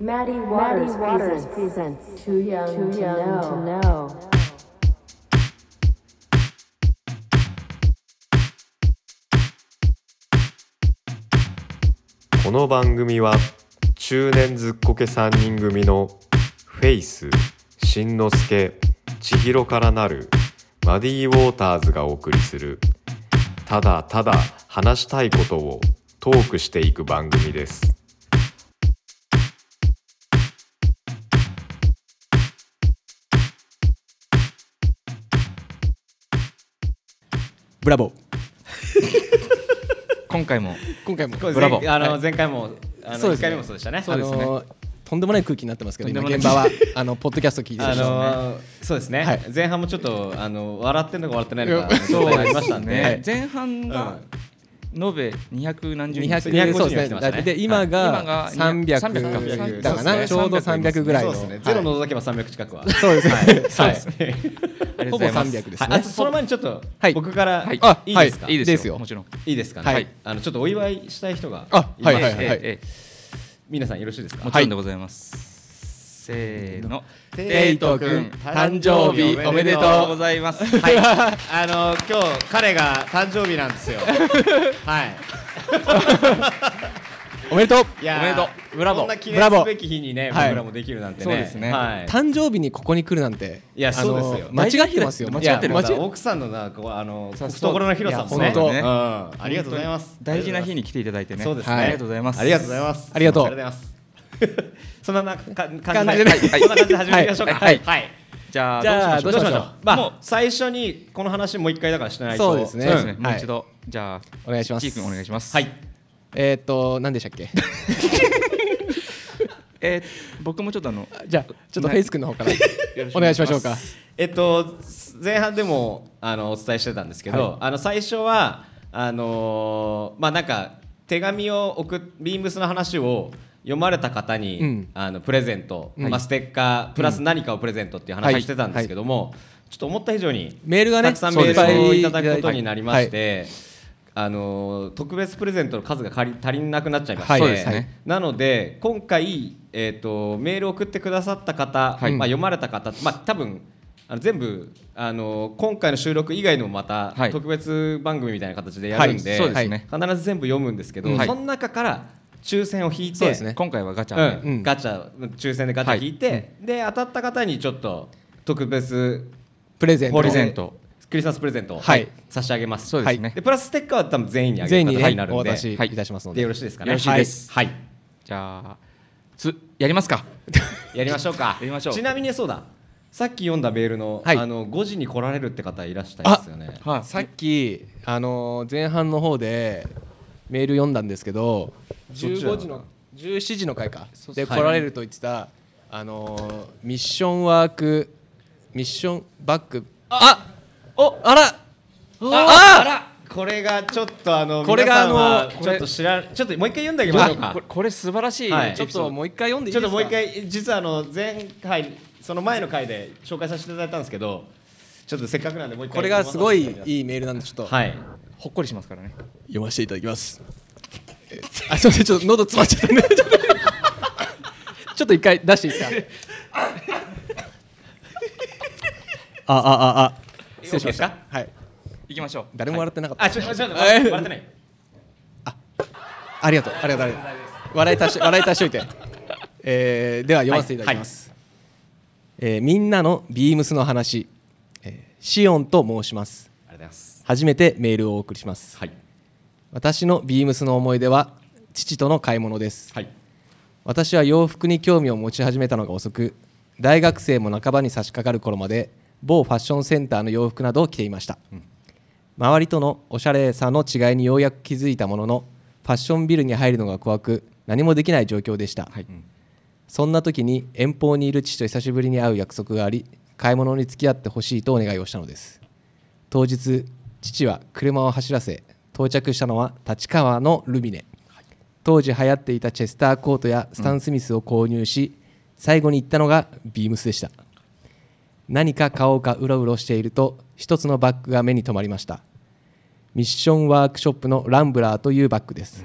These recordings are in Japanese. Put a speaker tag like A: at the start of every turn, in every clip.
A: Maddie Waters, presents, Too Young, to, know.
B: 「この番組は中年ずっこけ3人組のフェイスしんのすけ千尋からなるマディ・ウォーターズがお送りするただただ話したいことをトークしていく番組です。
C: ブラボー
D: 今回も
C: 今回も
D: ブラボー
E: 前あの前回も、あ
C: そう
E: の
C: で
E: 一
C: すね
E: 回目もそうでしたね。
C: あのーとんでもない空気になってますけど
D: とん
C: 今
D: でもない
C: 現場はあのポッドキャスト聞いてる
E: あ
C: 人
E: のーそうですね、
C: はい
E: 前半もちょっとあの笑ってんのか笑ってないの
C: い
E: か
C: や
E: そうなりましたんで、
D: ね前半が延べ200何十人
C: 200
E: 250
C: そうです
E: 人
C: ね
E: 来てましたね
C: だってで今
D: はい今
C: が
D: が
C: 300
D: 300
C: だか
E: そう
C: な
E: で
C: ち
E: すね
C: ょうど300ぐらい
E: そ
C: の
E: うです
C: は
E: ね
C: い。
E: ゼロ除けば300近くは。
C: そうですね
E: そうです
C: は
D: あ
E: ね。
D: り
C: い
D: がと
C: ほぼ
D: うございます
C: 300です
E: はいあ
C: ね
E: とその前にちょっと
C: はい
E: 僕から、
D: はい
E: い、
C: あ
E: いですか、
C: はい
D: いです
C: ですよ
D: よもちろん
E: いいですかね、
C: はい
E: あのちょっとお祝いしたい人が
C: あ
E: いまして、
C: はいはいはい
D: ええ
E: 皆さんよろしいですか
D: もちろんでございます、せーの
C: テイト君誕生日おめでとう
D: ございます
E: はい あの今日彼が誕生日なんで すよはい
C: おめでとう
E: いやー
D: おめでとうブラボー
E: こんな記
C: ブラ
E: 念
C: ボー
E: すべき日にね、
C: はい
E: 僕らもできるなんて
D: そ
E: ね。
D: うですね
E: はい。
C: 誕生日にここに来るなんて
E: いや
C: あのー
E: そうですよ
C: 間違ってますよ
D: 大
E: いや
D: 間違ってる
E: ま
C: 間
E: た奥さんのな、こうあの懐の広さも
C: い
E: ね。
C: や本当
E: うんありがとうございます。
D: 大事な日に来ていただいてね
E: そうですね。
C: はい
D: ありがとうございます
E: ありがとうございます。
C: ありがとう
E: ありがとうございます。そんななか感
C: 感じ
E: じ
C: で
E: で、はいそんな感じで始めていきましょうか。
C: はい
E: はい。
D: じゃあ
C: じゃあど
D: どう
C: う
D: し
C: し
D: ま
C: まし
D: しょ
C: ょ
D: う
C: う
E: ま
D: もう
E: あ最初にこの話もう一回だからしないと。
C: そうですね
D: そうですね、も
C: は
D: う
C: い
D: 一度じゃあ
C: お願いします
D: キー君お願いします
E: はい。
C: えーっと何でしたっけ
D: えー僕もちょっとあの
C: じゃあちょっとフェイス君の方から
D: ろしく
C: お
D: お
C: 願
D: 願
C: い
D: い
C: し
D: し
C: ま
D: ます
C: しょうか
E: えっと前半でもあのお伝えしてたんですけど、
C: はい
E: あの最初はあのーまあなんか手紙を送っビームスの話を読まれた方に、
C: うん
E: あのプレゼント、
C: うん
E: まあステッカープラス何かをプレゼントっていう話をしてたんですけども、ちょっと思った以上に
C: メールがね
E: たくさん
C: そう
E: メ
C: ですね
E: ールをいただくことになりまして。あのー特別プレゼントの数が足り足りなくなっちゃいまして、
C: はい
D: そうですね
E: なので今回、えー、とメールを送ってくださった方、
C: はい
E: まあ、読まれた方、まあ、多分あの全部あの今回の収録以外のもまた
D: はい
E: 特別番組みたいな形でやるんで,、
D: はいそうですね
E: 必ず全部読むんですけど、
D: はい
E: その中から抽選を引いて
C: そうですね
D: 今回はガチャ
E: う
D: で、
E: ん
C: うん
E: ガチャ抽選でガチャ引いて、で当たった方にちょっと特別
C: プレゼント
E: プレゼ
D: ン
E: ン
D: ト
E: トクリスマスプレゼントを
C: はい
E: 差し上げます、
D: そうですね
E: はいプラスステッカーは多分全員にあげ
C: 全員
E: る
C: に
E: 形
C: ね
E: になる
C: お
E: んで,、
C: 渡しいたしますの
E: で
C: で
E: よろしいですかね
D: よろしいです
E: はい、
D: じゃあつやりますか
E: やりましょうか
D: やりましょう
E: ちなみにそうださっき読んだメールの,、
C: はい
E: あの5時に来られるって方いらしたいですよね
D: はい
C: さっき、あのー前半の方でメール読んだんですけど
E: そっちだ
C: 15時の17時の回か
D: そう
C: で来
D: はい
C: られると言ってた、あのーミッションワークミッションバックあおあら
E: あ
C: あ
E: らこれがちょっとあの
C: これが
E: 皆さんは
C: あの
E: ちょっと知らちょっともう一回読んであげましょう
D: あ
E: か
D: これこれ素晴らしい、
E: はい
C: ちょっともう一回読んでいい
E: ちょ
C: で
E: っ
C: す
E: と
C: か
E: もう一回実はあの前回その前の回で紹介させていただいたんですけどちょっとせっかくなんでもう一回
C: これがすごい
E: 読ませて
C: いいメールなんでちょっと、
E: ただきますはい
D: ほっこりしますからね
C: 読ませていただきますえあすいませんちょっと喉詰まっちゃったんでちょっとちょっと一回出していいですかああああ失礼しました
E: オッケーで
C: はい
D: 行きましょう
C: 誰も笑ってなかった、
E: あちょっとちょっと待って
C: え
E: 待ってない
C: ありがとうありがとうありがとう笑い足し笑い足しといて、えーでは読ませていただきます、えーみんなのビームスの話、えーシオンと申します
E: ありがとうございます
C: 初めてメールをお送りします
E: はい
C: 私のビームスの思い出は父との買い物です
E: はい
C: 私は洋服に興味を持ち始めたのが遅く大学生も半ばに差し掛かる頃まで某ファッションセンターの洋服などを着ていました、周りとのおしゃれさの違いにようやく気づいたもののファッションビルに入るのが怖く何もできない状況でした、そんな時に遠方にいる父と久しぶりに会う約束があり買い物に付き合ってほしいとお願いをしたのです当日父は車を走らせ到着したのは立川のルミネ当時流行っていたチェスターコートやスタン・スミスを購入し、最後に行ったのがビームスでした何か買おうかうろうろしていると一つのバッグが目に留まりましたミッションワークショップのランブラーというバッグです、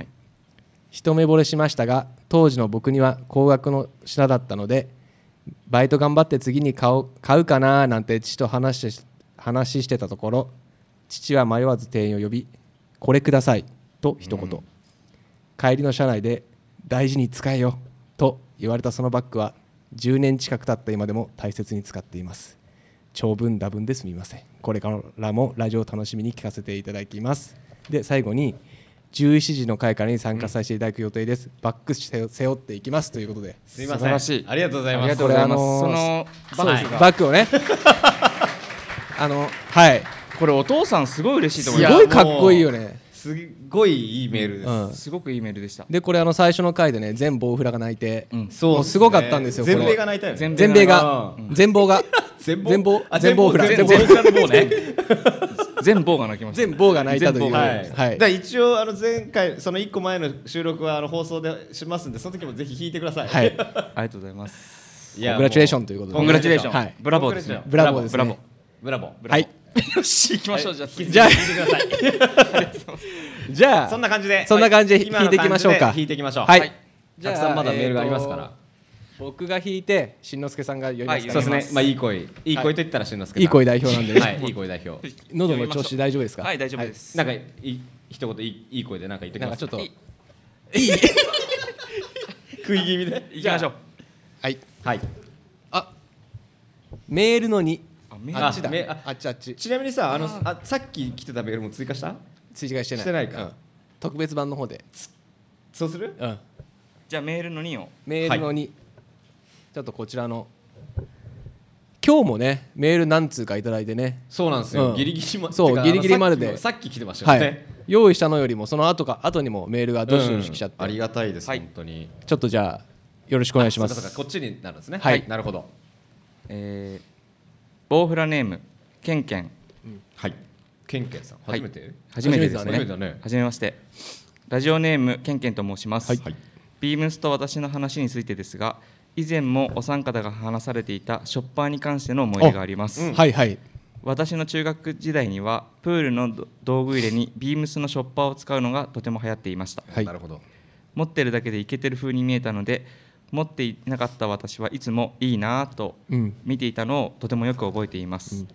C: 一目惚れしましたが当時の僕には高額の品だったのでバイト頑張って次に買おう買うかななんて父と話してし話してたところ父は迷わず店員を呼び「これください」と一言、帰りの車内で「大事に使えよ」と言われたそのバッグは10年近く経った今でも大切に使っています長文多文ですみませんこれからもラジオを楽しみに聞かせていただきますで最後に11時の会からに参加させていただく予定です、バック背負背負っていきますということです
E: みま
D: 素
E: せ
D: 晴
E: ん
D: らしい
E: ありがとうござ
D: あ
E: い
D: り
E: ま
D: が
E: す
D: とうございます
C: これあの
D: そのバッグが
C: バッグをね あのはい
D: これお父さんすごい嬉しいと思い
C: す
D: ま
C: ご
D: す
C: いかっこいいよね
E: すごいいいメールです、
C: うん
D: すごくいいメールでした
C: でこれあの最初の回でね全ボウフラが泣いて、
D: うん
E: そう
C: もうすごかったんですよこれ
E: 全米が泣いたよね
D: 全
C: 全米
E: あ
C: が
E: ー
C: 全貌が
E: 全
C: 全貌
E: あ
C: 全貌フラ
E: 全
C: 全
E: 貌全貌ね
D: 全棒が泣きました
C: 全ボウが泣いたという
D: 全
E: は
D: 貌
E: い、
C: は
E: はいい、だから一応あの前回その一個前の収録はあの放送でしますんでその時もぜひ弾いてください
C: はい、
D: ありがとうございます
E: いや
C: コングラチュレーションということで
D: コングラチュレーション、
C: はい
D: ブラボーですね
C: ブラボーですね
D: ブラボ
E: ブラボーブラ
C: は
E: ボー
C: い
D: ーよし行きましょうじゃあ次
C: じゃあ
E: 弾いてください
C: じゃあ
E: そんな感じで
C: そんな感じで
E: はい
C: 弾いていきましょうか
E: 今の感じで弾いていきましょう
C: はい、
D: はい
C: じゃあ
E: たくさんまだメールがありますから
C: えーと僕が弾いてしんのすけさんが読みます
E: そ
C: か
E: う
C: ら、
E: ですねまあいい声いい声と言ったらしんのすけ
C: いい声代表なんで、
E: はいいい声代表
C: 喉の調子大丈夫ですか
D: はい大丈夫です
E: なんかいい一言いいいい声でなんか言ってき
C: なん
E: ま
C: か
E: す
C: ちょっと
D: い
E: 食い気味で
D: 行きましょう
C: はい
E: はい
C: メールの2
D: あメール
C: あっちだ
E: めあ
C: あっちあっち
E: ちなみにさあのあさっき来てたメールも追加した
C: 追加してない
E: してないか
C: うん特別版の方で、
E: そうする
C: うん、
D: じゃあメールの2を
C: メールの2、ちょっとこちらの今日もねメール何通かいただいてね
E: そうなんです
C: う
E: よ
C: ん
E: ギリギリま
C: そう
E: てか
C: ギリギリ
E: あの
C: まで
E: さっき
C: で
E: もさっき来てました
C: は
E: よ
C: い
E: ね、
C: 用意したのよりもその後か後にもメールがどしどし来ちゃって、
E: うんありがたいです
D: はい
E: 本当に
C: ちょっとじゃあよろしくお願いしま
E: そうかそう
C: す
E: かこっちになるんですね
C: はい
E: なるほど
D: えー、ボウフラネームケンケン
E: はいケンケンさん
D: はい
E: 初めて
D: 初めてです
E: 初めてだね
D: ね初めましてラジオネームケンケンと申します、
E: はい
D: ビームスと私の話についてですが以前もお三方が話されていたショッパーに関しての思い出があります、
C: はいはい
D: 私の中学時代にはプールのど道具入れにビームスのショッパーを使うのがとても流行っていました
C: はい
E: なるほど
D: 持ってるだけでイケてる風に見えたので持っていなかった私はいつもいいなぁと
C: うん
D: 見ていたのをとてもよく覚えています、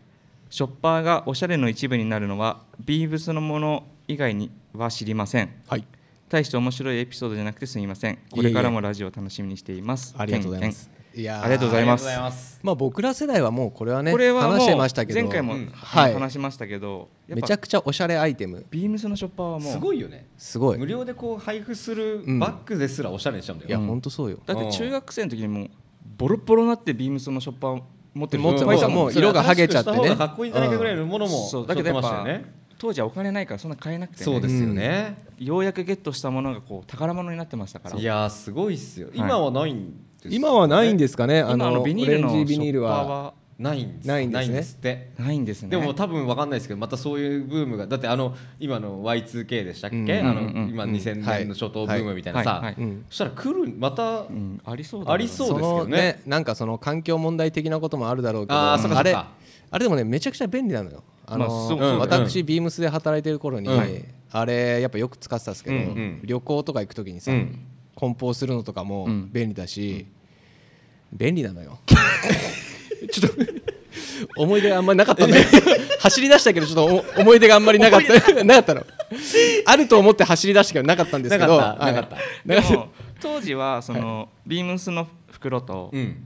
D: ショッパーがおしゃれの一部になるのはビームスのもの以外には知りません
C: はい
D: 大して面白いエピソードじゃなくてすみませんこれからもラジオを楽しみにしています
C: ありがとうございますい
D: ケンケ
C: や
D: ン
C: ー
D: ありがとうござい
E: ありが
D: ます
E: とうございます
C: まあ僕ら世代はもうこれはね
D: これはもう
C: 話してましたけど
D: 前回も
E: うん
C: はい
D: 話しましたけど、やっ
C: め
D: ぱ
C: ちゃくちゃおしゃれアイテム
D: ビームスのショッパーはもう
E: すごいよね
C: すごい
E: 無
C: い
E: 料でこう配布する
C: うん
E: バッグですらおしゃれにしちゃうんだ
C: や
E: よ、
C: ほんとそうよ
D: だって中学生の時にもうボロボロなってビームスのショッパー持ってる
C: 持って
D: いっぱいいた
C: もう
D: もん
E: それ
C: 色が剥げちゃってね
E: 新しくした方がかっこいいんじゃないかぐらいのものも、
D: そう
E: だ
D: だ
E: け
D: け
E: ど
D: ど
E: や
D: や
E: っ
D: っ
E: ぱ
D: ぱ、
E: ね
D: 当時はお金ないからそんな買えなくて、ね、
E: そうですよね、
D: ようやくゲットしたものがこう宝物になってましたから
E: いやーすごいっすよ、今はないんです
C: 今はないん
E: で
C: ですかね
D: 今
C: あ
D: あ
C: の
D: の
C: オ
D: ビ
C: レン
D: ニールのシ
C: ジビ
D: ョ
C: ニー
D: ッ
C: ル
D: パー
C: は
D: は
E: ないんです
C: ないんですね
E: って
D: ないんですね
E: でも多分わかんないですけどまたそういうブームがだってあの今の Y2K でしたっけ、あの
D: うんうんうん
E: 今2000年の初頭ブームみたいな
D: はいは
E: さ
D: いは
C: うん
E: そしたら来るまた
D: うん、ありそうだ
E: ありそうです
C: そ
E: けど
C: の
E: ね
C: ねなんかその環境問題的なこともあるだろうけど
E: あーそっかそっか
C: れあれでもねめちゃくちゃ便利なのよあの
D: まあそうそうだよね
C: 私ビームスで働いてる頃に、
E: うん
C: あれやっぱよく使ってたんですけど、
E: うんうん
C: 旅行とか行く時にさ、
E: うん
C: 梱包するのとかも
D: うん
C: 便利だし、便利なの よちょっと思い出があんまりなかったんだよ 走り出したけどちょっとお思い出があんまりなかった なかったのあると思って走り出したけどなかったんですけど
E: なかった
C: はい
E: なかった
D: でも 当時はその、ビームスの袋と、
E: うん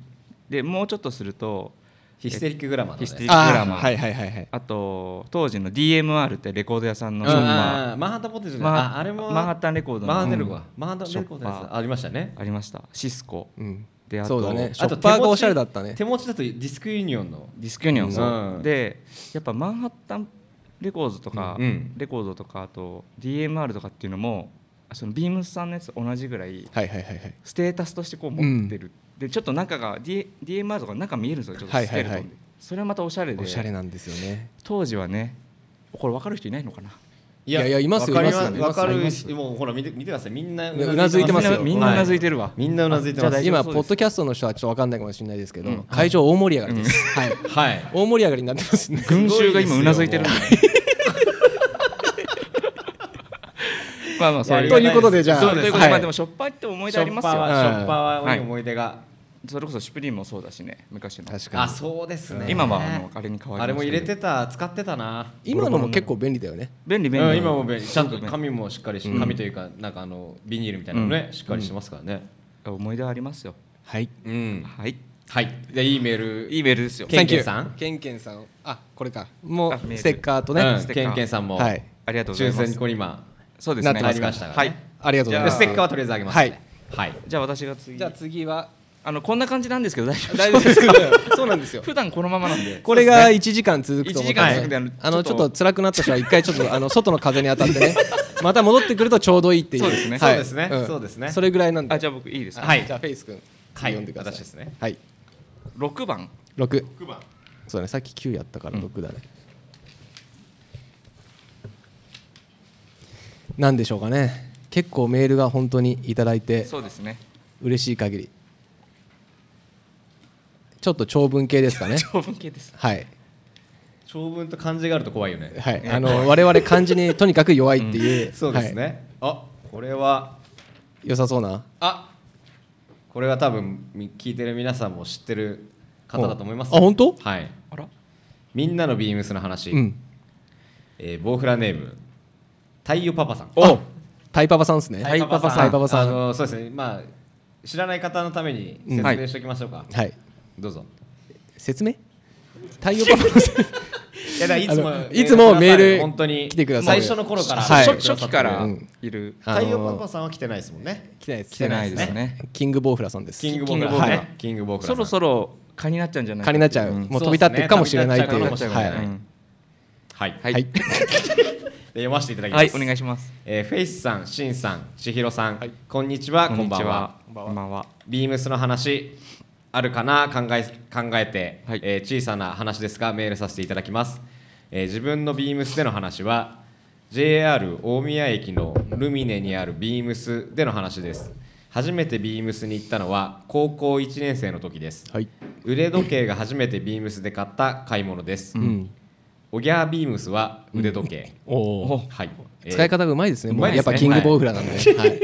D: でもうちょっとすると
E: ヒステリックグラマーのね
D: ヒステリック
C: あー
D: グラマー
C: はいはいはいはい
D: あと当時の DMR ってレコード屋さんのショッパー
E: あーマンハッタンポテトじゃない
D: マ
E: ああれも
D: マンハッタンレコードの
E: マンハッタンレコード
D: うん
E: マンハッタンレコードのや
D: ショッ
E: つありましたね
D: ありましたシスコ、
C: うん
D: であ
C: そ
D: と
C: うだねショ
E: あ
C: ッ
E: と
C: パーがおしゃれだったね
E: 手持ちだとディスクユニオンの
D: ディスクユニオン、そう
E: うん
D: でやっぱマンハッタンレコードとか、
E: うんうん
D: レコードとかあと DMR とかっていうのもそのビームスさんのやつと同じぐらい
C: はいはいはいはい
D: ステータスとしてこう持ってる、でちょっと中が、D、DMR とか中見えるんですよちょっと
C: はい
D: ス
C: はい
D: ケル
C: は
D: ト
C: い
D: ンで、それはまたおしゃれで
C: おしゃれなんですよね
D: 当時はねこれ分かる人いないのかない
C: いやいやいますよ
E: わかり
C: いますよ
E: わか
C: い
E: る
C: ます
E: しもうほら見て見てくださいみんな
C: ねうなずいてますよ
D: みんなみんなうなずい
E: て
D: てるわ、
E: みんなうなずいてま
D: じゃあ大
E: す
D: 丈
C: 今
D: 夫そうです
C: ポッドキャストの人はちょっとわかんないかもしれないですけど、
D: うん
C: 会場大盛り上がりです、はい
E: はい
C: 大盛り上がりになってますね
D: 群衆が今うなずいてるんだ
E: す
D: まあまあそういう
E: やり
F: とい
D: まあ
E: がた
F: うことでじゃあ
E: そう
D: と
E: で
D: い
E: す
D: うことで、
E: は
D: まあ
E: い
D: でもしょっぱいって思い出ありますよ
E: ショッパー
C: うん
E: はショッパーは思い出が、
D: それこそシュプリームもそうだしね昔の
C: 確か
E: あ
C: に
E: そうですね
D: 今はあのあれに変わりましたけど
E: あれも入れてた使ってたな
C: 今のも結構便利だよね
D: 便利
E: う
D: 便利、
E: ん、今も便利ちゃんと
D: すごく便利
E: 紙もしっかりし、紙というかなんかあのビニールみたいなのね、しっかりしてますからね
D: 思い出ありますよ
C: はい
E: うん、
D: はい
E: はいでいいメール
D: いいメールですよ
E: けんけんさん
C: ケンケンさんあこれかもう
D: あメール
C: ステッカーと
E: う
C: ね
E: ん、
D: ステッカー
E: けんけんさんも、
C: はい
D: ありがとうござい
E: 抽
D: ま
E: 選に
D: す
E: これ今
D: そうですね
C: なって
E: なりましたか
D: は
E: ら、
D: い
E: ね、
C: ありがとうござい
E: で
C: ま
E: ス
C: す
E: テッカーはとりあえずあげますねはい、
D: じゃあ私が次
C: じゃあ次は
D: あのこんな感じなんですけど大丈夫
C: 大丈夫ですかそうなんですよ
D: 普段このままなんで
C: これが1時間続くと思った
D: 一時間続くんであの
C: あの
D: ち
C: ちょ
D: ょ
C: っ
D: っと
C: と辛くなった人は一回ちょっとあの外の風に当たって ねまた戻ってくるとちょうどいいっていう
D: そうですね
C: はい
E: そうですね
C: ん
E: そうですね
C: それぐらいなんで
D: あじゃあ僕いいですか、
E: はい
C: じゃあフェイス君
E: はい
C: 読んでください
E: 私ですね
C: はい
D: 6番
C: 六番そうだねさっき九やったから六だねなんでしょうかね結構メールが本当にいただいて
D: そうですね
C: 嬉しい限りちょっと長文系ですか ね
D: 長文系です
C: はい
E: 長文と漢字があると怖いよね
C: はい、あの我々漢字にとにかく弱いっていう、
E: そうです
C: は
E: ね、あこれはい
C: 良さそうな
E: あこれは多分み聞いてる皆さんも知ってる方だと思います
C: あ本当
E: はい
D: あら
E: みんなのビームスの話、
C: うん
E: えーボウフラネーム太陽パパさん
C: おタイパパさんですね
E: タイ
C: タイパパさ
E: あ
C: ん
E: のそうですねまあ知らない方のために
C: うん
E: 説明しておきましょうか、
C: はい
E: どうぞ
C: 説明太陽パパさん
E: いやだからい
C: あの
E: つも
C: いつもメール
E: くださる本当に
C: 来てくださる
E: 最初の頃から、
C: はい
D: 初初期から
C: うん
D: いる、
C: あの
E: 太陽パパさんは来てないですもんね
C: 来てないです
D: 来てないですね
C: キングボウフラさんです
E: キングボ
D: キン
E: ー
D: グ
E: グ
D: ボーグラ
E: キングボーグラさ
D: そ
E: ん
D: ろそろ蚊になっちゃうんじゃない
C: 蚊になっちゃう、
D: ん
C: もう飛び立っていくかもしれないという
E: そうですね
C: は
E: 飛
C: い
E: び立っちゃうかもしれないはい、
D: は
C: は
D: い、はいい、
E: で読ませていただきます、
D: お願いします
E: えーフェイスさん、シンさん、千尋さん、
C: はい
E: こんにちは、こんばんは。
D: こんばんは
E: ビームスの話あるかな考え考えて、
D: はい
E: えー小さな話ですがメールさせていただきます、えー自分のビームスでの話は JR 大宮駅のルミネにあるビームスでの話です初めてビームスに行ったのは高校1年生の時です
C: はい
E: 腕時計が初めてビームスで買った買い物です、おぎゃービームスは腕時計、
C: おお
E: はい、えー
C: 使い方がうまいですね,、
E: う
C: もう
E: まいですね
C: やっぱキングボウフラなんで、はい、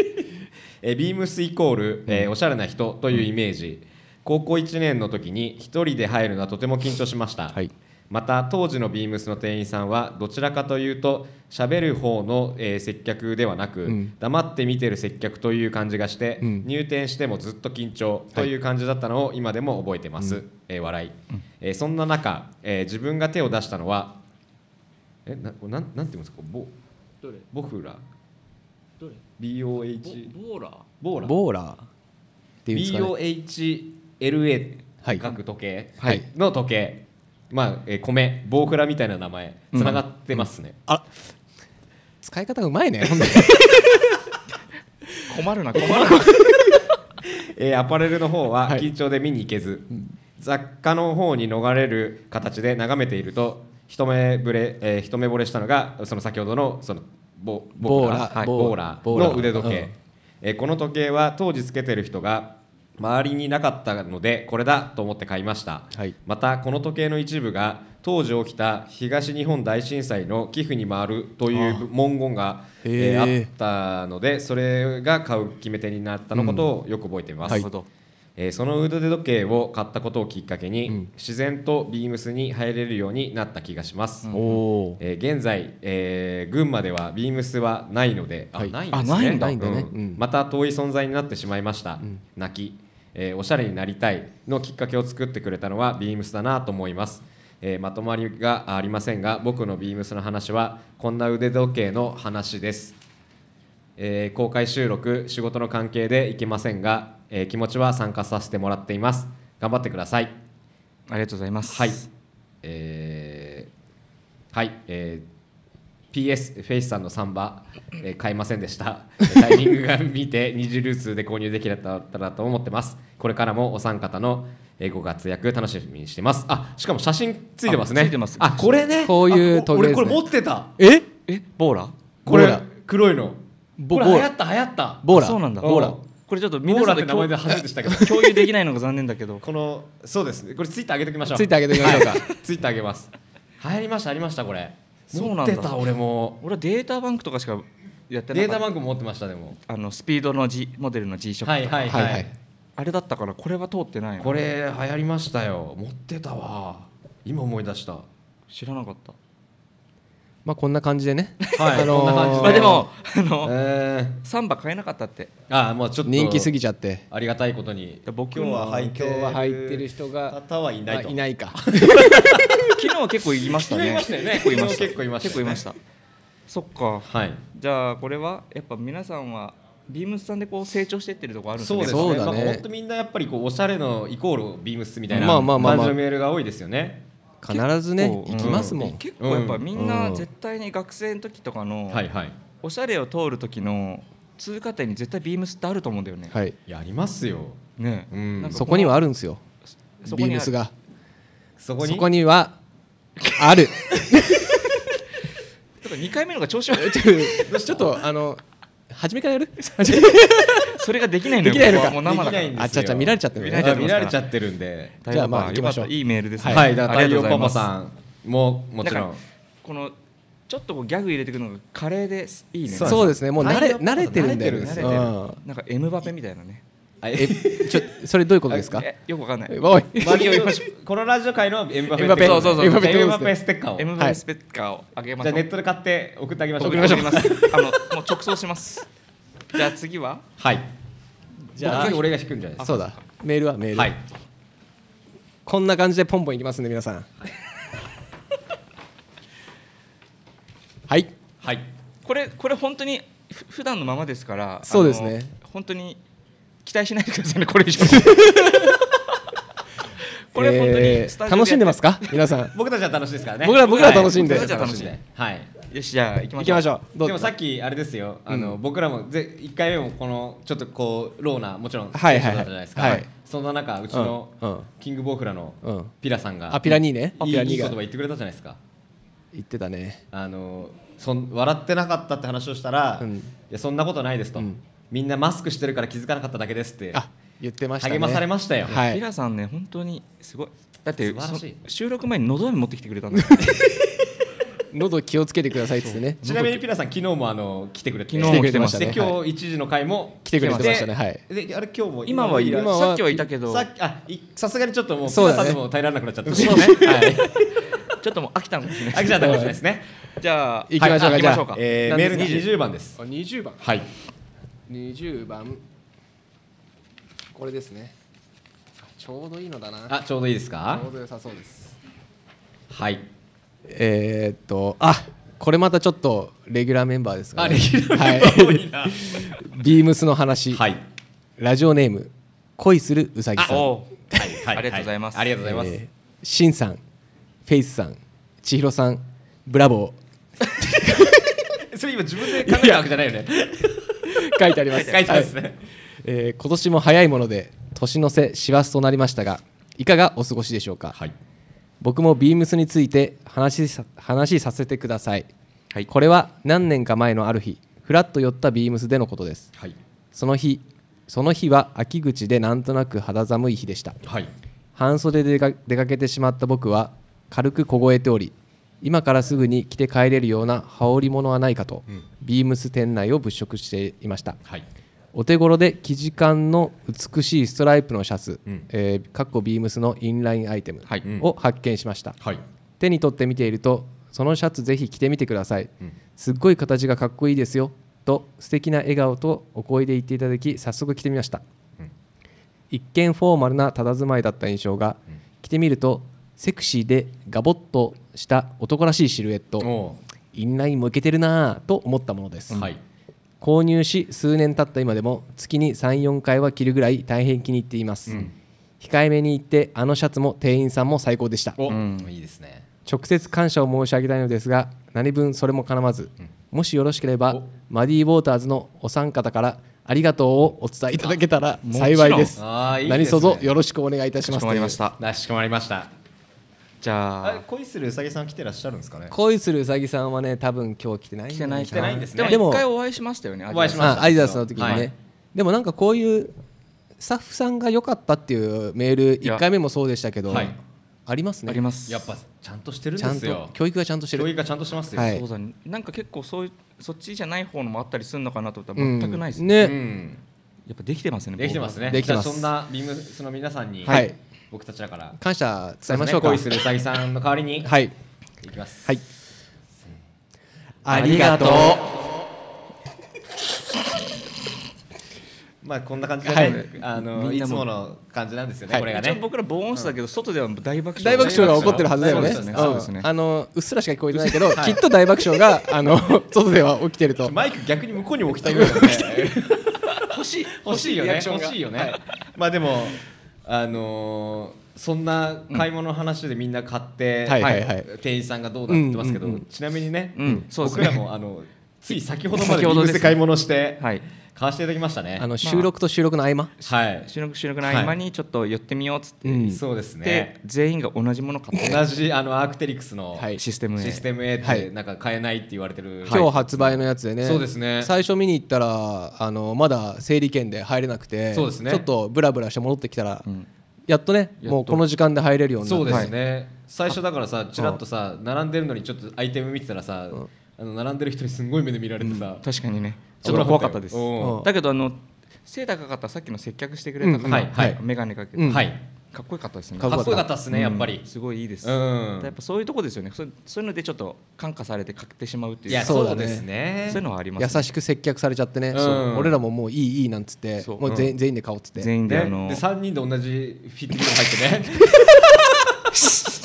E: えービームスイコール、えーおしゃれな人というイメージ、高校1年の時に一人で入るのはとても緊張しました、
C: はい
E: また当時のビームスの店員さんはどちらかというと喋る方の、えー接客ではなく、
C: ん
E: 黙って見てる接客という感じがして、
C: うん
E: 入店してもずっと緊張という感じだったのを今でも覚えてます、えー笑い、えーそんな中、えー自分が手を出したのはえななんなんていうんですかボ
D: どれ
E: ボフラ
D: どれ
E: BOH
D: ボーラ
E: ボーラ
C: ボーラーっていうんですかね
E: BOHLA
C: はい
E: 各時計
C: はい
E: の時計、まあ、えー米ボウフラみたいな名前つながってますね、
C: 使い方がうまいね本当に
D: 困るな困るな
E: えーアパレルの方は
C: はい
E: 緊張で見に行けず、雑貨の方に逃れる形で眺めていると一目ぶれ、えー一目惚れしたのがその先ほどのそのボ
C: ボー
E: ボーラ
C: ラ
E: はい
C: ボー
E: ボーラ
C: ボーラ
E: の腕時計、
C: うん
E: えーこの時計は当時つけてる人が周りになかったのでこれだと思って買いました、
C: はい
E: またこの時計の一部が当時起きた東日本大震災の寄付に回るという文言がえー
C: へー
E: あったのでそれが買う決め手になったのことをよく覚えています、
D: なるほど
E: えーその腕時計を買ったことをきっかけに、
C: ん
E: 自然とビームスに入れるようになった気がします、
C: おお
E: えー現在、えー群馬ではビームスはないので、
C: はい
E: あないんですね
D: あないんだ
C: ないんだね
E: う
C: うん
E: また遠い存在になってしまいました、泣き、えーおしゃれになりたいのきっかけを作ってくれたのはビームスだなと思います、えーまとまりがありませんが僕のビームスの話はこんな腕時計の話です、えー公開収録仕事の関係で行けませんが、えー気持ちは参加させてもらっています頑張ってください
D: ありがとうございます
E: はい、えーはい、えー PS フェイスさんのサンバ、えー買いませんでした。タイミングが見て二次流通で購入できたらったらと思ってます。これからもお三方のえーご活躍楽しみにしてます。あ、しかも写真ついてますね。
D: あついてます
E: あ、これね。
C: こういう
E: あお
C: 時計
E: 俺
C: です
E: こ
C: ね
E: れ持ってた。
C: え
D: えボーラ
E: こ
C: ボー
E: れ
C: ラ
E: 黒いの。
C: ボ
E: これ
C: ボー
E: 流
C: ラ
E: 行った流行った。
C: ボーラ
D: あそうなんだ
E: ボーラ
D: これちょっと
E: ボ
D: 皆
E: ー
D: さ
E: ラ
D: ん
E: っ
D: で
E: て名前で
D: 共
E: 初めてしたけど。
D: 共有できないのが残念だけど
E: このそうですね。これツイッター上げておきましょう。
C: ついてあげてみましょうか
E: ツイッターあげます。流行りましたありましたこれ。
D: そうなんだ
E: 持ってた俺も。
D: 俺はデータバンクとかしかやって
E: デ
D: な
E: ー
D: か
E: タ
D: っ
E: バンクも持ってましたでも
D: たあのスピードの G モデルの G ショッ
E: は
D: ク
E: い
D: とか、
E: はい
C: は
E: はいい、
C: はい
D: あれだったからこれは通ってないな
E: これ流行りましたよ持ってたわ今思い出したは
D: 知らなかった
C: まあこんな感じでね
E: い、
C: あのー
E: こんな感じ
D: まあでもあの、
E: え
D: サンバ買えなかったって
E: ー、あもうちょっと
C: 人気すぎちゃって
E: ありがたいことに
D: 僕
B: 今日
D: も
B: は入って
C: 今日は入ってる人が
B: 方はいないと
C: あいないか
D: 昨日は結構いましたね
E: 昨日いましたよね
D: 結構いました
E: 昨日結構いましたよね
D: 結構いましたそっか
E: はい
D: じゃあこれはやっぱ皆さんはビームスさんでこう成長してってるとこあるんです
E: そう
D: ね
E: です
C: そう
E: ね
C: だね
E: なんか本当みんなやっぱりこうおしゃれのイコールビームスみたいな
C: まあまあ
E: 感
C: まあまあ
E: じのメールが多いですよね、
C: 必ずね
D: 結構
C: 行きますも
D: うん
C: ん
D: 結構やっぱ
E: うん
D: みんな
C: うん
D: 絶対に学生の時とかの
E: はいはい
D: おしゃれを通る時の通過点に絶対ビームスってあると思うんだよね、
C: はい
E: やりますよ
D: ね
E: うん
D: なんか
C: そこにはあるんですよ
D: そこ
C: ビー
D: にある
C: ムスが
E: そこに
C: そこにはある
D: ただ2回目のが調子悪い
C: ちょっとあの初めからやる
D: それが できないのよ
C: できないのか
D: ここはもう生だから
E: できないんですよ
C: あちゃちゃ見られちゃってる
E: 見
D: ら
E: ら
D: れちゃってますから
E: れちゃってるんで
C: じゃあまあ
D: 太
C: 行き
D: 陽パパ
C: ましょう
D: よかったいいメールです
E: は
D: ね
E: い、だから
D: あり
E: 太
D: がとうござい
E: 陽パ
D: ま
E: パ
D: す
E: さんももち
D: だ
E: ろん
D: このちょっとこうギャグ入れてくるのがカレーですいいね
E: そう
C: そうですねもう慣れ
E: タイアップとか
C: 慣れてるんだよね
E: 慣
D: 慣
E: れ
D: れ
E: て
D: てる
E: る
C: うん
D: なんかエムバペみたいなね
E: あ
C: えちょそれどういうことですか
D: えよくわかんない
C: えおい
E: マリオこのラジオ界のエムバペ
C: エムバペ
E: そうそうそう
C: エムバペ
E: じゃあエムバペステッカーを
D: エ
E: じ
D: ムバペスペッカーをあげまし
E: ゃあ
D: ょう
E: ネットで買って送ってあげましょう
D: 送りましょうあのもう直送しますじゃあ次は
E: はい
C: じ
E: じ
C: ゃあ
E: ゃあ俺が引くんじゃないです
C: そうだメールはメール、
E: かはい
C: こんな感じでポンポンいきますんで皆さんはい
E: はい
D: これこれ本当にふ普段のままですから
C: そうですね
D: あの本当に期待しないでくださいねこれ以上これ本当にス
C: えー
D: タジオやって
C: 楽しんでますか皆さん
E: 僕たちは楽しいですからね
C: 僕ら僕らは楽しんで
E: はい僕た
D: 僕
E: ちは
D: ら
E: はい
D: よしじゃあ行きまし
C: 行
D: ょう
C: きましょうどう
E: でもさっきあれですよあの、僕らもぜ1回目もこのちょっとこうローなもちろん
C: はいはい
E: テンションだったじゃないですか、
C: はい
E: そんな中うちの、
C: うんうん
E: キングボウフラの
C: うん
E: ピラさんが、
C: あピラニーね
E: いい
C: ピラ
E: い
C: ニ
E: い
C: ー
E: 言
C: が
E: 葉言ってくれたじゃないですか
C: 言ってたね
E: あのそん笑ってなかったって話をしたら、
C: うん
E: いやそんなことないですと、
C: うん
E: みんなマスクしてるから気づかなかっただけですって
C: あ言ってましたね
E: 励まされましたよ
C: は
D: ピ
C: い
D: ラさんね本当にすごいだって
E: 素晴らしい
D: そ収録前にのど飴持ってきてくれたんだよ
C: 喉気をつけてくださいっつってね
E: ちなみにピラさん昨日もあの来てくれて
D: 昨日も来てました
E: で
D: ね
E: 今日1時の回も
C: 来てくれてましたねはい
E: であれ今日も
D: 今はいる
C: 今は
D: さっきはいたけど
E: さっきあいさすがにちょっともうピ
C: そう
E: ラ
C: だね
E: さんでも耐えられなくなっちゃったそうねはい
D: ちょっともう飽きたのかもしれな
E: あ
D: い
E: きちゃんだかもしれないですね
D: じゃあ
C: 行きましょうかじゃ
D: はい
C: あ
D: 行きましょうか
E: えー
C: 何で
E: メ
C: すか
E: ール20番です
C: 20番
E: はい
C: 20番これですねちょうどいいのだな
E: あちょうどいいですか
C: うど良さそうです
E: はい
C: えー、っとあこれまたちょっとレギュラーメンバーですが、
E: あレギュラーメン
C: バー多いな、ビームスの話、
E: はい
C: ラジオネーム恋するうさぎさん
D: おう
E: は
D: ありがとうございます
E: ありがとうございます
C: えーシンさんフェイスさん千尋さんブラボ
E: それ今自分で考えたわけじゃないよね
C: ー書いてあり ます
E: 書いてます
C: はい
E: ね
C: えー今年も早いもので年の瀬師走となりましたがいかがお過ごしでしょうか、
E: はい
C: 僕もビームスについて話しさ話しさせてください、
D: はい
C: これは何年か前のある日フラッと寄ったビームスでのことです
E: はい
C: その日その日は秋口でなんとなく肌寒い日でした
E: はい
C: 半袖で出か出かけてしまった僕は軽く凍えており今からすぐに着て帰れるような羽織物はないかと、ビームス店内を物色していました
E: はい
C: お手頃で生地感の美しいストライプのシャツ、
E: うん
C: えーかっこビームスのインラインアイテム
D: はい
C: を発見しました、
E: はい
C: 手に取って見ているとそのシャツぜひ着てみてください、すっごい形がかっこいいですよと素敵な笑顔とお声で言っていただき早速着てみました、一見フォーマルな佇まいだった印象が、着てみるとセクシーでガボッとした男らしいシルエット
E: お
C: インラインもいけてるなぁと思ったものです、
E: ーはい
C: 購入し数年経った今でも月に34回は着るぐらい大変気に入っています、控えめに言ってあのシャツも店員さんも最高でした
E: お
D: ん
E: いいですね
C: 直接感謝を申し上げたいのですが何分それもかなわず、もしよろしければ
E: お
C: マディ・ウォーターズのお三方からありがとうをお伝えいただけたら幸いです
E: もちろんあーいいですね
C: 何卒よろしくお願いいたし
D: か
C: ます
D: しこまりました
E: なしこまりました
D: じゃあ
E: 恋するうさぎさん来てらっしゃるんですかね
C: 恋するうさぎさんはね多分今日来てない
D: 来てない
E: 来てないんですね
D: で
C: で
D: も
C: も
D: 一回お会いしましたよね
E: お会いしました
C: あアイダスの時にね、
E: はい
C: でもなんかこういうスタッフさんが良かったっていうメール
D: いや
C: 1回目もそうでしたけど、
E: はい
C: ありますね
D: あります
E: やっぱちゃんとしてるん
C: ちゃ
E: で
C: ん
E: す
C: と
E: よ
C: 教育がちゃんとして
E: 教育
C: る
E: がちゃんとしてますよ、
C: はい
D: そうだねなんか結構そういうそっちじゃない方のもあったりするのかなと思った
C: う
D: ら
C: ん
D: 全くないですね,、
E: う
C: ね
E: ん、
D: やっぱできてますね
E: できてますね
C: できてます
E: じゃあそんなビームスの皆さんに、
C: はい
E: 僕たちだから
C: 感謝伝えましょうか
E: 恋するうさぎさんの代わりに、い、
C: はい
E: きます
C: はい
E: ありがとうまあこんな感じで、ね
C: はい
E: あの
D: みん
E: い
D: な
E: つ
D: も
E: もの感じなんですよね、
C: はい
E: これが
D: 一応
E: ね
D: 僕ら防音室だけど、外では大爆笑
C: 大爆笑が起こってるはずだよね
D: そうですねそうですね
C: うんあのうっすらしか聞こえてないけど、きっと大爆笑があの外では起きてると
E: マイク逆に向こうに置きたいぐらいだね
D: 欲しい
E: 欲しいよ
D: リア
E: ね
D: クション
E: 欲
D: が
E: しいよね、まあでもあのーそんな買い物の話でみんな買って、
C: はいはいはい
E: 店員さんがどうだって言ってますけど、
C: うんうんう
E: ちなみにね、
D: うんそうです
E: 僕
D: ね
E: らもあのつい先ほどまで
D: 先
E: ビ
D: ほ
E: ー
D: ど
E: ム
D: ですね
E: スで買い物して、
D: はい
E: 買わせていただきましたね
C: あの収録と収録の合間、
E: はい、
D: 収録収録の合間にちょっと寄ってみようっつって、
C: うん
E: そうです
D: で
E: ね
D: 全員が同じもの買って
E: 同じあのアークテリクスの
C: はい
D: システムへ
E: システム A っ
C: は
E: て
C: い
E: なんか買えないって言われてる、
C: 今日発売のやつでね、
E: そうですね
C: 最初見に行ったらあのまだ整理券で入れなくて
E: そうですね
C: ちょっとブラブラして戻ってきたら、
D: ん
C: やっとね
D: やっと
C: もうこの時間で入れるようにな
E: そ
C: っ
E: う
C: て
E: ですね、最初だからさちらっとさ並んでるのにちょっとアイテム見てたらさ、あの並んでる人にすごい目で見られてさ、
D: 確かにね
E: ち
D: ち
E: ょ
D: ょ
E: っ
D: っ
E: と
D: と
E: 怖
D: 怖か
E: か
D: ったた
E: っで
D: ですす
C: うん
D: だけどあの背高かったさっきの接客してくれた
E: う
D: 方
E: んはいはい
D: 眼鏡かけて、
C: うん
E: はい
D: かっこよかったですね
C: か
E: かっこよかったっすね、
D: うん
E: やっぱり
D: すごいいいです、
E: うん
D: やっぱそういうとこですよねそうそういうのでちょっと感化されて買ってしまうっていう
E: いや
C: そう
E: そ
C: だ
E: う
C: ね
E: ですね
D: そういうのはあります、
C: 優しく接客されちゃってね、
E: うん
C: そう俺らももういいいいなんつって
D: そう
C: もう全,、全員で買おうっつって
D: 全員であ
E: ね
D: の、
E: で3人で同じフィッティングル入ってね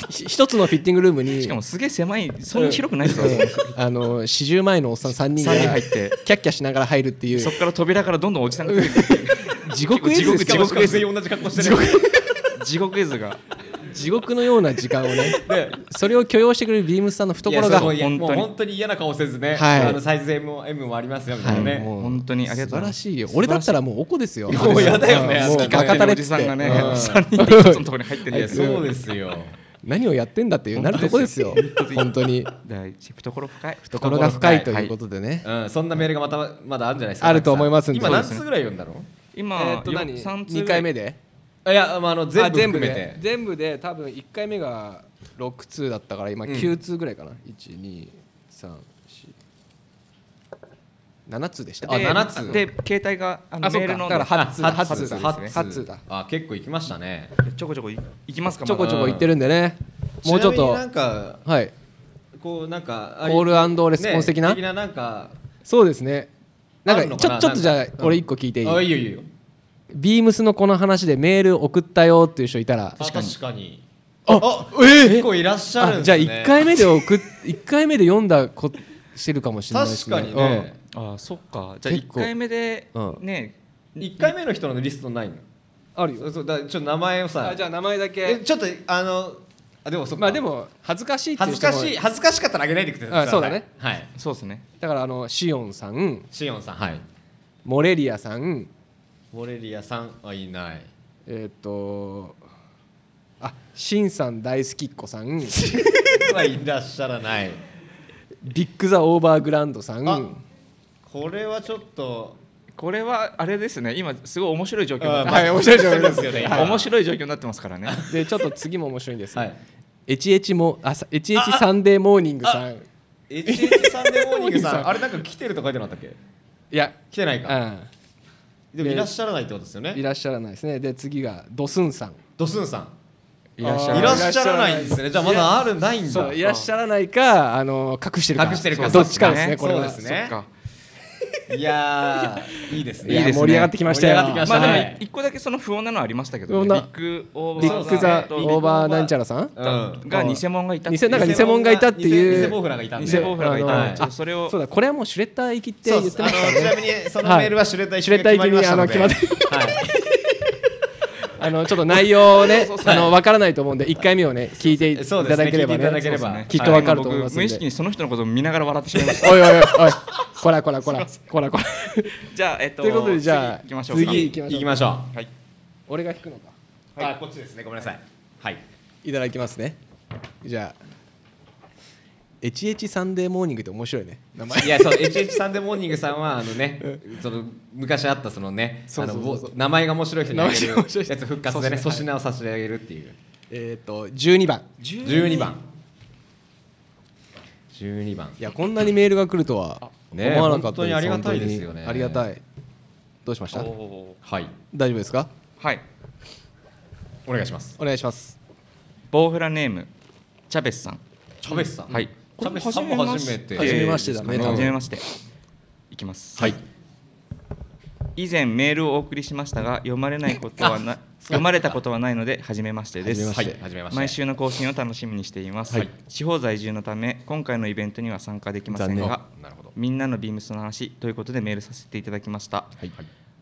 C: ひ一つのフィッティングルームに
D: しかもすげえ狭いそんな広くないですよ、
C: えーあの40前のおっさん3人が
D: 三人入って
C: キャッキャしながら入るっていう
D: そこから扉からどんどんおじさんが出てくる
C: 地獄絵図です
E: し
C: よ
E: かもしかも全員同じ格好してね
D: 地獄絵図が
C: 地獄のような時 間をね
E: で
C: それを許容してくれるビームスさんの懐
E: いや
C: が
E: そう
C: はい
E: いやもう
D: 本当に
E: 本当に嫌な顔せずね、
C: はい
E: あのサイズ M, M もありますよみたいなね、
C: もう
D: 本当にありがとうございます
C: 素晴らしいよ俺だったらもうおこですよ
E: もうやだよね
C: もう
E: 好き
C: バ
E: 勝
C: カ
E: 手
C: タ
E: に
C: レ
D: お
C: っ
D: じ
C: つ
D: さ
C: っ
D: ん
C: て
D: がね3
E: うん
D: 人で一つのところに入って
E: い
D: る
E: や
D: やつ
E: そうですよ
C: 何をやってんだっていうなるとこですよ本当に
D: 大事懐深い
C: 懐が深いということでね
E: うん、そんなメールがまたまだあるんじゃないですか。
C: あると思いますんで
E: 今何
C: そうですね
E: 通ぐらい読んだの？
D: 今、
C: えっと何
D: 3
C: 2回目で
E: いや、まあ、あの全
C: あ
E: 部含め
C: で
E: て。
C: 全部で多分1回目が6通だったから今9通ぐらいかな12347通でした
E: あ
D: で
E: 七つ
D: で携帯があの
C: あそっ
D: メ
C: か
D: ールの
C: だから
E: あ
C: 初だ
E: 初
C: 初だ
E: 初
C: 初初だ
E: あ、結構行きましたね。
D: ちょこちょこいいきますか
C: ちょこちょ
E: う
C: こ
E: ん
C: 行ってるんでねもうちょっ
E: なみに
C: と
E: なんか
C: はい
E: こうなんか
C: コールレスポンス的な
E: ね的ななんか。
C: そうですねな
E: ある
C: ん
E: の
C: か
E: か
C: ち
E: な
C: ょちょっとじゃ
E: な
C: あ
E: んか
C: 俺1個聞いていい
E: あ、いいよいいよ。
C: ビームスのこの話でメール送ったよっていう人いたら
E: あ確かに。
C: あえ
E: 結構いらっしゃるん
C: あ
E: ですね。
C: じゃあ1回目で送っ1回目で読んだこしてるかもしれないです
E: 確
C: ね
E: かにね。
D: あそっかじゃあ
C: 結
D: 1
C: 構
D: 回目で
C: うん
D: ね
E: 一回目の人のリストないの？
C: うんある
E: そ
C: よ
E: うそうだからちょっと名前をさ
C: あ。じゃあ名前だ
E: え
C: け
E: ちょっとあのあでもそっか
C: まあでも恥ずかしいってい
E: 恥
C: う人
E: ず
C: も
E: かしい恥ずかしかったらあげないでください。
C: あそうだね。
E: はい。
D: そうですね
C: だからあのシオンさん
E: シオンさんはい。
C: モレリアさん
E: モレリアさんはいない。
C: えーっ、とあシンさん大好きっ子さ んビ
E: はいらっしゃらない。
C: ッグ・ザ・オーバーグランドさん
E: あこれはちょっと
D: これはあれですね今すごい面白い状況になってま
E: あ
C: はい面白い状況です
E: よね
D: す面白い状況になってますからね
C: でちょっと次も面白いんです、
E: はい。
C: エチエチもあさエチエチサンデーモーニングさんい
E: HH サンデーモーニ
C: モーニン
E: ング
C: グ
E: さ
C: さ
E: ん、
C: ん
E: あれなんか来てると書いてなかったっけ
C: や
E: 来てないうか。
C: ん
E: でもいらっしゃらないってことですよ
C: い
E: ね。
C: らっしゃらないですねで次がドスンさん
E: ドスンさん。
D: いらっしゃ
E: い
D: る
E: らっしゃらないんですね。じゃあまだあるないん
C: そ
E: だ。
C: ういらっしゃらないかあの隠してるか
E: 隠してるか
C: そうどっちかです
D: そう
C: ね
D: ね
C: これは
E: そうですね
D: そっか
E: いやー、いいですね。
C: いや
D: いいですね
C: 盛り上がってきましたよ
E: 盛り上がってき
D: まあ
E: は
D: で
E: い
D: も一個だけその不穏なのはありましたけど
C: 不穏
D: ね
C: な
D: ビッグオ
C: ビ
D: ーバ
C: ッ
D: ー
C: グ・ザ・
D: と
C: オーバーなんちゃらさん
E: うん。
D: が偽物がいたってい
C: 偽
D: う
C: なんか偽物がいたっていう
E: 偽偽ボウフラがいたんで。
D: 偽ボウフラがいた
E: は
D: ん
E: い
D: でちょっとそれを
C: そうだこれはもうシュレッダー行きって
E: そう
C: 言
E: で
C: っ
E: す
C: て
E: あの
C: ました
E: ちな
C: ね
E: みにそのメールはシュレッダー一決まりましたので。
C: シュレッダー行
E: はい。
C: あのちょっと内容をね
D: そうそうそう
C: あの分からないと思うんで1回目をね聞いてい
E: そうです
C: た
E: ね
C: だければ
E: 聞いていただけれ
C: ね
E: ば
D: そうですね
C: きっとわかると思いますんで
D: はい僕無意識にその人のことを見ながら笑ってしま いました
C: おいおいおいおいこらこらこらこらこら
D: じゃあえっと
C: ということでじゃあ
D: 次行きましょうか
E: 次
C: 次
E: 行
C: 行
E: き
C: き
E: ま
C: ま
E: し
C: し
E: ょ
C: ょ
E: う
C: う
D: はい
C: 俺が弾くのか
E: あこっちですねごめんなさいはい
C: いただきますねじゃあ「エチエチサンデーモーニング」って面白いね名前
E: いやそう HH サンデーモーニングさんはあのねその昔あったそのね
C: そうそうそうそう
E: あのぼ名前が面白い人にあげる
C: 名前が面白い人
E: やつ復活でね粗品を差し上げるっていう
C: えっと12番
E: 12番12番
C: いやこんなにメールが来るとは思
E: ねえ
C: わなかった
E: 本当にありがたいですよ
C: 本
E: ね
C: 当にありがたいどうしまし
D: お
C: た
D: お
E: はい
C: 大丈夫ですか
D: はい
E: お願いします
C: お願いします
D: ボウフラネームチャベスさん
E: チャベスさん
D: はい
E: チャベスさんも初めて
C: 初めましてだね
E: えー
D: はじ
E: う
D: め
E: ん
D: ましていきます
E: はい
D: 以前メールをお送りしましたが読まれないことはな読まれたことはないので初めましてです
E: はい初めまして
D: 毎週の更新を楽しみにしています、
E: はい
D: 地方在住のため今回のイベントには参加できませんが
E: あなるほど
D: みんなのビームスの話ということでメールさせていただきました、
E: はい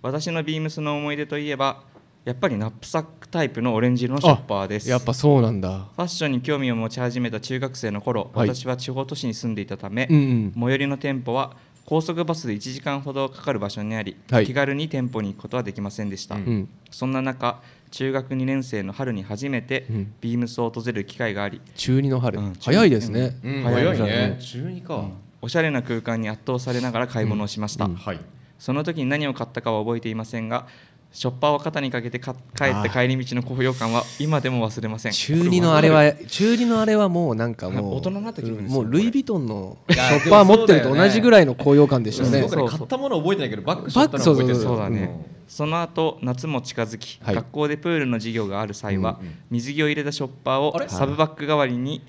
D: 私のビームスの思い出といえばやっぱりナップサックタイプのオレンジ色のショッパーです
C: やっぱそうなんだ
D: ファッションに興味を持ち始めた中学生の頃、
C: はい
D: 私は地方都市に住んでいたため、
C: うんうん
D: 最寄りの店舗は高速バスで1時間ほどかかる場所にあり、
C: はい
D: 気軽に店舗に行くことはできませんでした、
C: うん
D: そんな中中学2年生の春に初めて
C: うん
D: ビームスを訪れる機会があり、
C: 中二の春
D: うん
C: 早いですね
E: うん
C: 早
E: 早
C: い
E: い
C: じゃん
E: ね中二か
D: おしゃれな空間に圧倒されながら買い物をしました、
E: はい
D: その時に何を買ったかは覚えていませんがショッパーを肩にかけてか帰って帰り道の高揚感は今でも忘れません
C: 中二のあれは中二のあれはもうなんかもう
D: 大人になった気分ですよ
C: もうルイ・ヴィトンの
E: い
C: シ
E: や
C: ョッパー持ってると同じぐらいの高揚感でした
E: す
C: ね
E: ごく
D: そう
E: ね
D: そう
E: 買ったもの覚えてないけどバックしょったのは覚えてる
C: バック
D: そうだね、
E: ん
D: その後夏も近づき、
C: はい
D: 学校でプールの授業がある際は、
E: うんうん
D: 水着を入れたショッパ
E: あ
D: ーを
E: れ
D: サブバッグ代わりに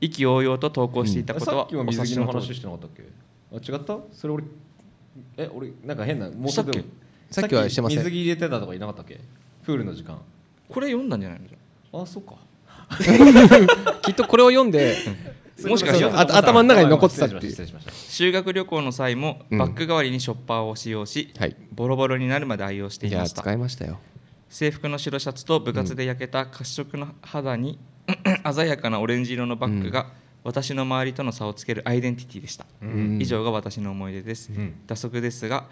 D: 意気揚々と投稿していたこと
E: さ
D: は
E: っきは
D: お
E: 水
D: 察
E: 着
D: し
E: の
D: の通
E: 話
D: り
E: してなかったっけあ違ったそれ俺え俺なんか変なも
D: したっけ
E: でも
C: さっきはしてません
E: さっき水着入れてたとか言いなかったっけプールの時間
D: これ読んだんじゃないのじゃ
E: あそっか
C: きっとこれを読んでもしかしたらあ頭の中に残ってたっていう
E: 失礼しました失
D: 修学旅行の際も
C: うん
D: バッグ代わりにショッパーを使用し、
C: はい
D: ボロボロになるまで愛用して
C: い
D: い
C: や
D: ました
C: 使いましたよ
D: 制服の白シャツと部活で焼けた褐色の肌に 鮮やかなオレンジ色のバッグが私の周りとの差をつけるアイデンティティでした、
C: ん
D: 以上が私の思い出です、
E: ん
D: 打足ですが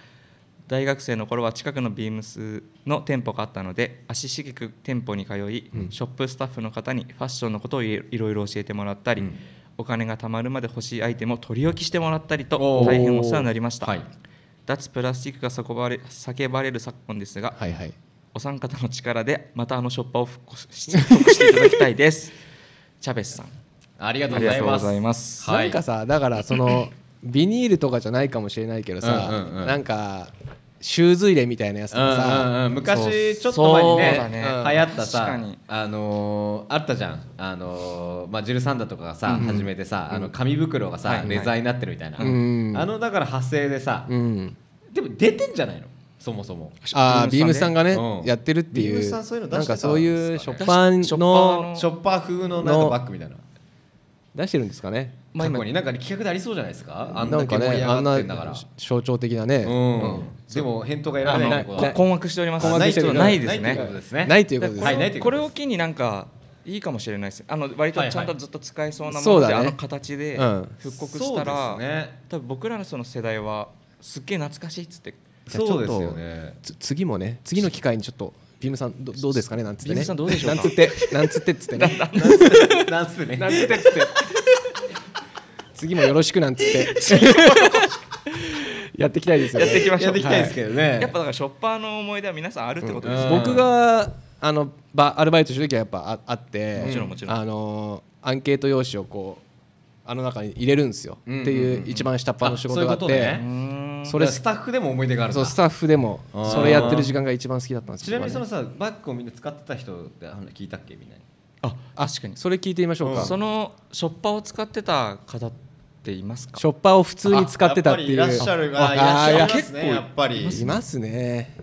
D: 大学生の頃は近くのビームスの店舗があったので足しげく店舗に通い、ショップスタッフの方にファッションのことをいろいろ教えてもらったり、お金が貯まるまで欲しいアイテムを取り置きしてもらったりと
E: おー
D: 大変お世話になりました、
E: はい
D: 脱プラスチックが叫ばれ叫ばれる昨今ですが、
C: はいはい
D: お三方の力でまたあのショッパーを復刻し復刻していただきたいですチャベスさん
E: ありがと
D: あ
E: うご
D: りが
E: ざい
D: とうご
E: ます
D: ざいます
E: はい
C: なんかさだからそのビニールとかじゃないかもしれないけどさ、
E: うんうんうん
C: なんかシューズ入れみたいなやつとかさ、
E: うんうんうん、昔ち
D: そ
E: ょ
D: う
E: っと前にね
D: そうだね
E: うん流行っ
D: 確
E: た
D: か
E: さ
D: に
E: あのーあったじゃんあのーまあジルサンダとかがさ、始めてさあの紙袋がさ、
D: はいはい
E: レザーになってるみたいな、
C: ん
E: あのだから派生でさ、
C: うん
E: でも出てんじゃないのそもそも
C: あービームスさんがね、
E: うん
C: やってるってい
E: ビームス
C: う
E: さんそういうの出
C: なん
E: して
C: か
E: たんですか
C: そう
E: ね
C: いうショッパン
D: 出しショッパー
C: の
D: の
E: ショッパー風のなんかバッグみたいな
C: 出してるんですかね
D: まあ
E: 過
D: 今
E: 去になんか企画でありそうじゃないですかあん
C: な
E: だ
C: ん
E: け
C: か
E: 盛り
C: ね
E: 上
C: あん
E: がっ
C: な
E: てんだから、
C: 象徴的なね、
E: うんでも返答がいらない
C: な
E: ってこと
D: こ
E: は
D: 困惑しております
E: 困惑してる
D: ないです
E: ないっ
D: ね
E: てことですね
C: ないということです、
E: はいないというこ
D: ことれ
E: です
D: を機になんかいいかもしれないですあの割とちゃんとずっと使えそうなも
C: そう
D: の
C: だ
D: で
C: ね
D: あの形で
C: うん
D: 復刻したら、
E: そうですね
D: 多分僕らのその世代はすっげえ懐かしいっつって
C: じゃあちょ
E: そ
C: っ
E: う
C: と
E: ですよね
C: つ次もね次の機会にちょっとビームさんどどうですかねなんつってね
D: ビームさんどうでしょうか
C: なんつってなんつってっつってね
E: なんつってね
C: なんつってっつって次もよろしくなんつって やっていきたいですよね
D: やっていきましょう
E: やっていきたいですけどね、
D: やっぱだからショッパーの思い出は皆さんあるってことですね、
E: うん
C: 僕があのバアルバイトしてる時はやっぱああって
D: もちろんもちろん
C: あのアンケート用紙をこうあの中に入れるんですよ、
E: ん
C: っていう一番下っ端の仕事があって
E: あそういうことね
D: うーん
C: そ
E: そ
C: れ
E: れスタッフでも思い出があるんだ
C: そうスタッフでも
E: あー
C: それやってる時間が一番好きだったんです
E: ちなみにその
C: 僕はね
E: さバッグをみんな使ってた人ってあんな聞いたっけみんなに
D: あ確かに
C: それ聞いてみましょうか、
D: そのショッパーを使ってた方っていますか
C: ショッパーを普通に使ってたっていう
E: あやっぱりいらっしゃる
C: あ
E: がいらっしゃいま
C: あ
E: すねやっぱり
C: いますね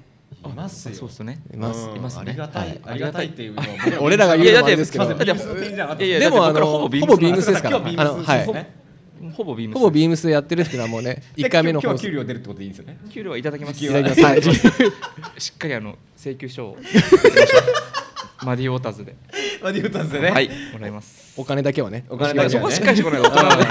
E: います
D: そうですね
C: います
E: うん
D: いますね
E: ありがた
D: はい
E: いありがたいっていうのは
C: 俺らが言うのもあれですけど
E: いやだってすいませんビームスの点じゃなかった
D: いやいや
C: でも
D: だ
C: あ
D: って僕ら
C: の
D: ほぼ
C: ほ
D: ビームス
C: ぼビームスですから
E: 今日ビー
C: あ
E: ム
C: の
E: スで
C: はい
E: すね
D: ほぼビーム
C: ほぼ
D: ー
C: ビームスでやってるっていうのはもう ね1回目の
E: 今
C: 放
E: 日
C: 送
E: 給
C: い
E: 料出るってことでいいんですよね
D: ム給料はいただきます
E: 給料
C: ただきますはい
D: しっかりあの請 求書をマディウォーターズで
E: マディフタンスでね
D: はいもらいます
C: お金だけはね
E: お金だけ
D: そこはしっかりしてこないと大人なんで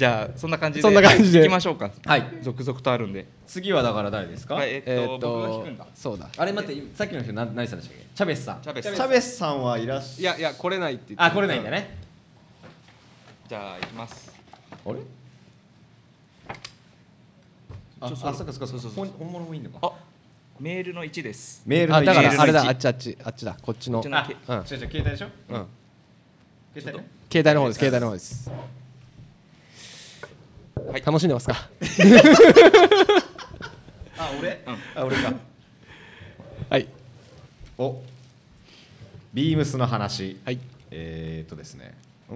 D: じゃあそんな感じで
C: そんな感じで
D: 行きましょうか
E: はい
D: 続々とあるんで
E: 次はだから誰ですか
D: はいえっと
C: えーっ
D: 僕が
C: と
D: 聞くんだ
C: そうだ
E: あれ待ってさっきの人何何さんでしたっけチャベスさん
D: チャベスさん
E: チャベスさんはいらっし
C: いやいや来れないって言って
E: あ来れないんだね
D: じゃあ行きます
E: あれああそっかそっかそっか本本物もいいのか
D: あメールの1です
E: メールの
C: あだか
E: メー
C: ら
E: ルの
C: あれだあ
E: 一
C: っちあっちあっちだこっちの
D: こっちのけ
C: うん、うん、
E: 違う違う携帯でしょ携帯ね
C: 携帯の方です携帯の方です、
D: はい
C: 楽しんでますか
E: あ俺、あ俺か
C: はい
E: おビームスの話
C: はい
E: えー、っとですねん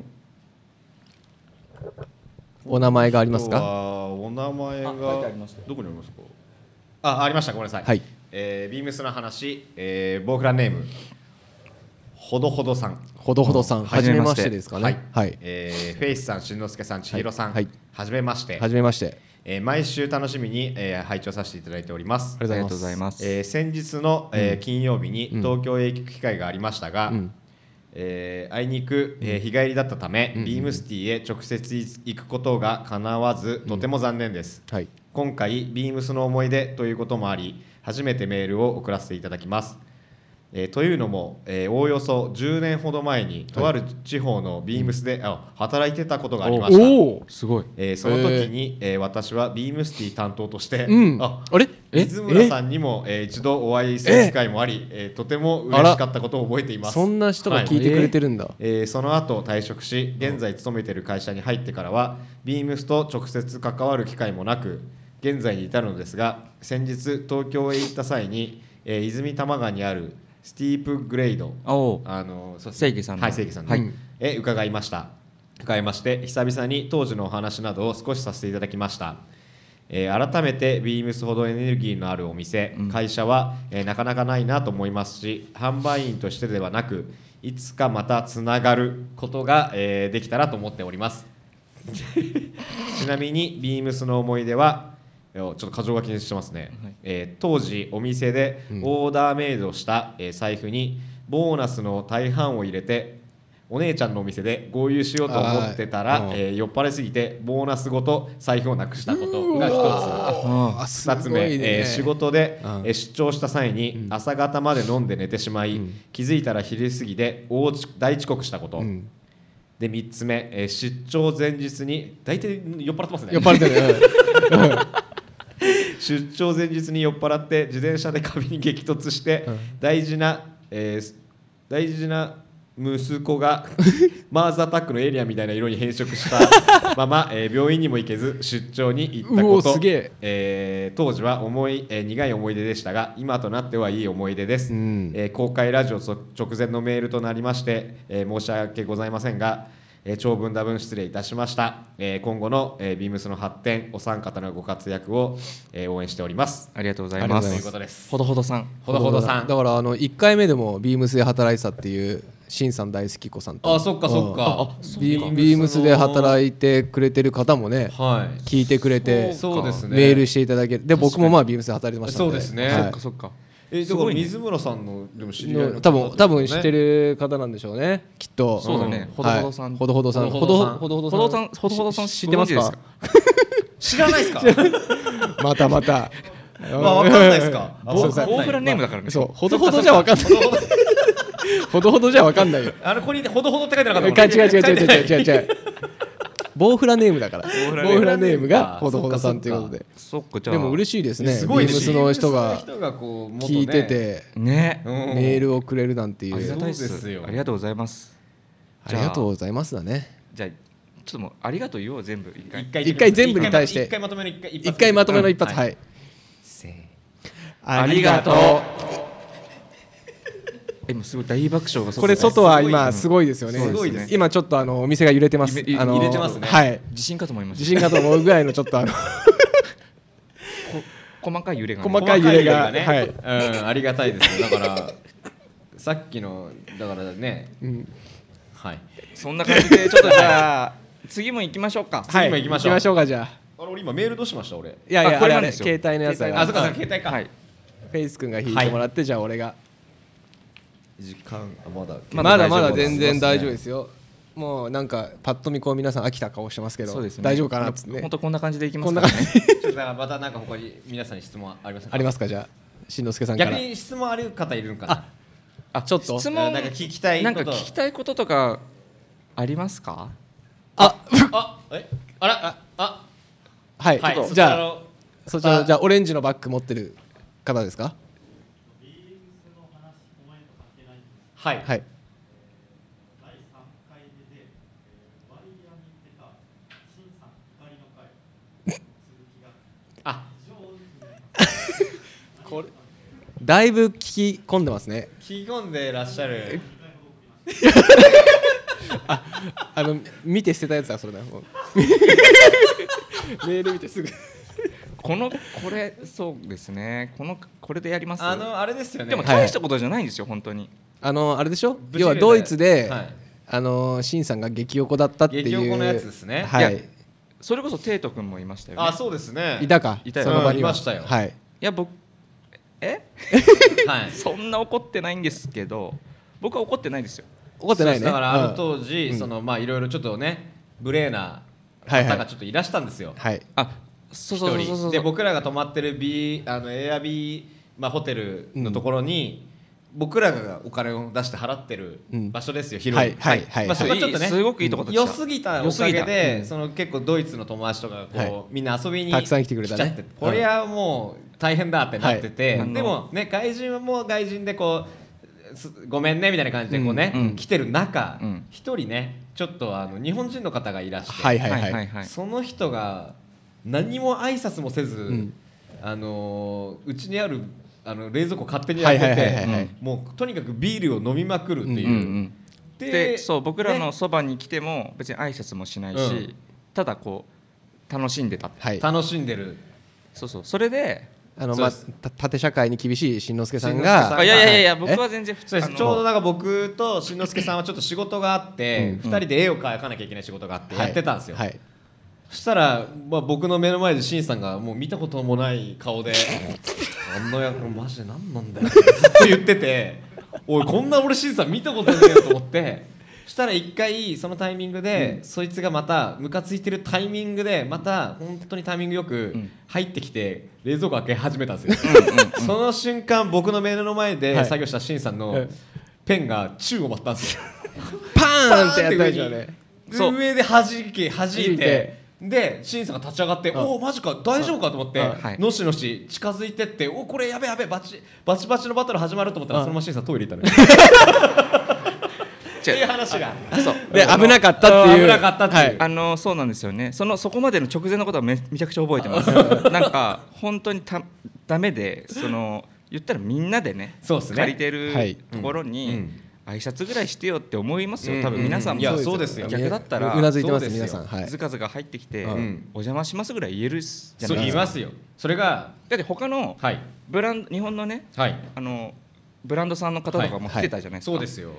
C: お名前があります
E: 今日
C: か
E: はお名前が
D: あ書いてありました
E: どこにありますかあありましたごめんなさい、
C: はい
E: えービームスの話、えー、ボーフランネームほどほどさん
C: ほどほどさん
D: ん
C: はじめましてですか
E: はい
C: ね、はい
E: えーフェイスさん、しんのすけさん、ちひろさん、
C: は
E: はいじめまして、
C: はじめまして
E: えー毎週楽しみに、えー、拝聴させていただいております
C: あ。りがとうござい
D: ま
E: えー先日の、えー金曜日に東京へ行く機会がありましたが、えーあいにく、えー日帰りだったため、ビームスティへ直接行くことがかなわずとても残念です、
C: はい
E: 今回ビームスの思い出ということもあり初めてメールを送らせていただきます、えーというのも、えーおおよそ10年ほど前にとある地方のビームスで、あ働いてたことがありました
C: おお
D: すごい
E: えーその時に、えー私はビームスティ担当として、
C: うん
E: あ
C: あれえ
E: 水村さんにも、えー一度お会いする機会もあり、えーとても嬉しかったことを覚えています
C: そんな人が聞いてくれてるんだ、
E: えーその後退職し現在勤めている会社に入ってからはビームスと直接関わる機会もなく現在に至るのですが先日東京へ行った際に、えー泉多摩川にあるスティープグレード
D: おう
E: あのそうです
D: 正義さんの
E: はい正義さんの、
D: はい
E: え伺いました伺いまして久々に当時のお話などを少しさせていただきました、えー改めてビームスほどエネルギーのあるお店、会社は、えーなかなかないなと思いますし販売員としてではなくいつかまたつながることが、えーできたらと思っておりますちなみにビームスの思い出はえーちょっと箇条書きにしてますね、
D: はい
E: えー当時お店でオーダーメイドした、えー財布にボーナスの大半を入れてお姉ちゃんのお店で合流しようと思ってた
C: あ
E: ら
C: ー、
E: えー酔っ払いすぎてボーナスごと財布をなくしたことが一つ
D: あ
C: あ
E: 2つ目、えー仕事で、
C: うん
E: えー出張した際に朝方まで飲んで寝てしまい、気づいたら昼過ぎで大遅大遅刻したこと、
C: ん
E: で3つ目、えー出張前日に大体酔っ払ってますね
C: 酔っ払ってる、うん
E: 出張前日に酔っ払って自転車で壁に激突して大事な、えー大事な息 子がマーズアタックのエイリアンみたいな色に変色したまま、えー病院にも行けず出張に行った
C: う
E: こ
C: お
E: と
C: すげえ
E: えー当時は思い、えー苦い思い出でしたが今となってはいい思い出です、
C: うん
E: えー公開ラジオそ直前のメールとなりまして、えー申し訳ございませんが、えー長文多文失礼いたしました、えー今後の、えー、ビームスの発展お三方のご活躍を、えー応援しております
D: ありがとうございます
C: ありがとうございます
E: と
D: ほ
E: いうことです
D: どほどさん
E: ほどほどさん
C: だからあの1回目でもビームスで働いてたっていうしんさん大好き子さんと
E: あそっかそっかあ
C: うん
E: そっか
C: ビビームスで働いてくれてる方もね
E: はい
C: 聞いてくれて
E: そうそうですね
C: メールしていただけるで僕もまあビームスで働いてましたん
E: そうですね
C: はい
E: そっか
D: そっか
E: え
D: すごいね
E: 水村さんのでも知
C: の多分多分知って
E: る
C: る方なんでしょうねきっと
D: そうだね
C: ん
D: ほどほどさん
C: はいほどほどさん
E: ほどほどさん
C: ほどほ
D: ほ
C: どさ
D: どさ
C: ん
D: んほどほどさん
C: し
D: 知ってます
C: ご存
D: か
C: 知で
E: 知らないですか
C: またまた
E: まあわかんないですか あ
C: そう
E: わかんない
D: オーフラネームだからね
C: そうほどほどじゃわかんないほどほどじゃわかんないよ
E: あのここにほどほどって書いてなか
C: 違う違う違う違う違う違う違うボウフラネームだからボ
D: ウフラネーム
C: ウフラネームがほどほどさんということで
D: そっかじゃあ
C: でも嬉しいですね
E: すごい
C: ビ
E: ね
C: ームスの人が
E: ビームスの人がこう元ね
C: 聞いてて
D: ね
E: うん
C: メールをくれるなんてい
D: ありが
C: う
D: たいっ
E: そうです
D: す
E: よ
D: ありがとうございます
C: ありがとうございますだね
D: じゃあちょっともうありがとう言おう全部一回
E: 一回
C: 一回全部に対して
E: 一回まとめの一回
C: 一回まとめの一発
E: うん
C: はい
E: せ
C: あ
D: りがとう
C: りが
D: え今すごい大爆笑が
C: これ外は今すごいですよね
E: すごいですね
C: 今ちょっとあのお店が揺れてます
D: 揺れ
C: あの
E: 揺れてますね
C: はい
D: 地震かと思いま
C: 地
D: した
C: 震かと思うぐらいのちょっとあの
D: こ細かい揺れがね
C: 細かい揺れが
E: ね、
C: はい
E: うん、ありがたいですよだから さっきのだからね、はい
D: そんな感じ でちょっとじゃあ次も行きましょうか
E: 次も
C: はい
E: 行き
C: 行
E: まし
C: き
E: ょう
C: ましょうかじゃあ
E: あれ俺今メールどうしました俺
C: いやいや
D: あ
C: あ
D: こ
C: れ
D: れ
C: あ
D: なん
C: れ
D: ですよ
C: 携帯のやつだか
E: あそっからそっか携帯か
D: はい
C: フェイス君が引いてもらってじゃあ俺が
E: 時間あまだ
C: ま
D: ま
C: だ
D: だ
C: ま
D: ま
C: だ
D: だ
C: 全然大丈夫ですすよ。もうなんかパッと見こう皆さん飽きた顔してますけど、
D: そうですね
C: 大丈夫かなっつってね
D: 本。当こんな感じで行きま
C: こん
D: す
C: な
D: から
C: 感
D: ね
C: じ。
E: ちょっとだからまたなんか他に皆さんに質問ありますか
C: ありますかじゃあ、しんのすけさんから
E: 逆。に質問ある方いるのかな
C: あ、ちょっと
D: 質。問
E: なんか聞きたいこ
D: な
E: と
D: んか聞きたいこととかありますか
C: あ、
E: あえあらああ
C: は
E: はい
C: い。
E: そ
C: じ
E: ちら
C: ゃあ
E: の
C: そちらのじゃあオレンジのバッグ持ってる方ですか？
E: はい
C: はい
E: あ
C: だいぶ聞き込んでますね
E: 聞き込んでらっしゃる
C: あの見て捨てたやつだそれだ もうメール見てすぐ
D: このこれそうですねこのこれでやります
E: あのあれですよね
D: でも
C: はい
D: 大したことじゃないんですよ本当に
C: あのあれでしょ
E: 無事で
C: 要はドイツで、
E: はい
C: あのシンさんが激横だったっていう
E: 激横のやつですね
C: はいい
D: やそれこそテイト君もいましたよね
E: あそうですね
C: いたか
D: いたよ
C: その場には
E: うんいましたよ
C: はい
D: いや僕え
E: はい
D: そんな怒ってないんですけど僕は怒ってないですよ
C: 怒ってない
E: そう
C: ね
E: ですだからあの
C: うん
E: 当時、そのまあいろいろちょっとね無礼な
C: はいは
E: 方
C: い
E: がちょっといらしたんですよ。
C: はい
D: あそうそう
E: 一
D: そうそうそ
E: 人
D: う
E: で僕らが泊まってるビーあのエアビーまあホテルのところに。僕らがお金を出して払ってる
C: うん
E: 場所ですよ、広い、
C: はいはいはい
E: まあ、そこはちょっとね
D: いいすごくいいとこだった
E: 良すぎたおかげ
D: 良すぎ
E: で、その結構ドイツの友達とかがこう、
C: はい
E: みんな遊びに
C: たくさん来てくれたね
E: ちゃってこれはもう大変だってなってて、
D: はい
E: でもね外人はもう外人でこうすごめんねみたいな感じでこうね、
D: うんうん
E: 来てる中
D: うん
E: 一、人ねちょっとあの日本人の方がいらして、
C: はいはいはい
E: その人が何も挨拶もせず、
C: ん
E: あのーうちにあるあの冷蔵庫勝手に開け
C: はいはいはいはいはい
E: てもうとにかくビールを飲みまくるっていう。
D: うんうん
E: で
D: でそう僕らの
E: ね
D: そばに来ても別に挨拶もしないし、
E: うん
D: ただこう楽しんでた
C: はい
E: 楽しんでる
D: そうそうそれで
C: あの
E: そう
C: まあ
E: です
C: た縦社会に厳しいしんのすけさん
E: しんのすけさん
D: あ
E: が
C: が
D: いやいやいやいや
E: え
D: 僕は全然普
E: そう
D: 通
E: ですちょうどなんか僕としんのすけさんはちょっと仕事があって二、人で絵を描かなきゃいけない仕事があってやってたんですよ、
C: はい
E: そしたら、まあ、僕の目の前でしんさんがもう見たこともない顔で「あんな役マジで何なんだよ」ずっと言ってて「おいこんな俺しんさん見たことないよ」と思ってそしたら一回そのタイミングで、そいつがまたムカついてるタイミングでまた本当にタイミングよく
D: ん
E: 入ってきて冷蔵庫開け始めたんですよ、その瞬間僕の目の前で作業したしんさん
C: は
E: の
C: い
E: ペンが宙を舞ったんですよ
C: パ ーンってやったでしょね
E: 上
D: そう
E: で弾き弾
C: 弾
E: い
C: い
E: て
C: て
E: でシンさんが立ち上がって「おおマジか大丈夫か?」と思って、
D: うんはい
E: のしのし近づいてって「おこれやべやべバチバチバチのバトル始まる」と思ったら
C: う
E: そ
C: ん
E: のままシンさんトイレ行 ったのよっていう話が
D: そう
C: で危なかったっていう
E: 危なかったっていう
D: あのそうなんですよねそのそこまでの直前のことはめめちゃくちゃ覚えてます なんか本当にたダメでその言ったらみんなでね
E: そうっすね
D: 借りてる
C: はい
D: ところ
E: う
D: に
E: ん、
D: 挨拶ぐらいしてよって思います
E: う
D: よ
E: ん
D: 多分皆さんも
E: いやそうですよ
D: 逆だったら
C: うなずいてます
E: そうで
C: 皆
E: すよ
C: さんはい
D: ずかずか入ってきて、
C: うん
D: お邪魔しますぐらい言えるっすじゃ
E: そう
D: ない
E: 言
D: です
E: い
D: か
E: ますよそれが
D: だって他の
E: はい
D: ブランド日本のね
E: はい
D: あのブランドさんの方とかも来てたじゃないですか、
E: そうですよ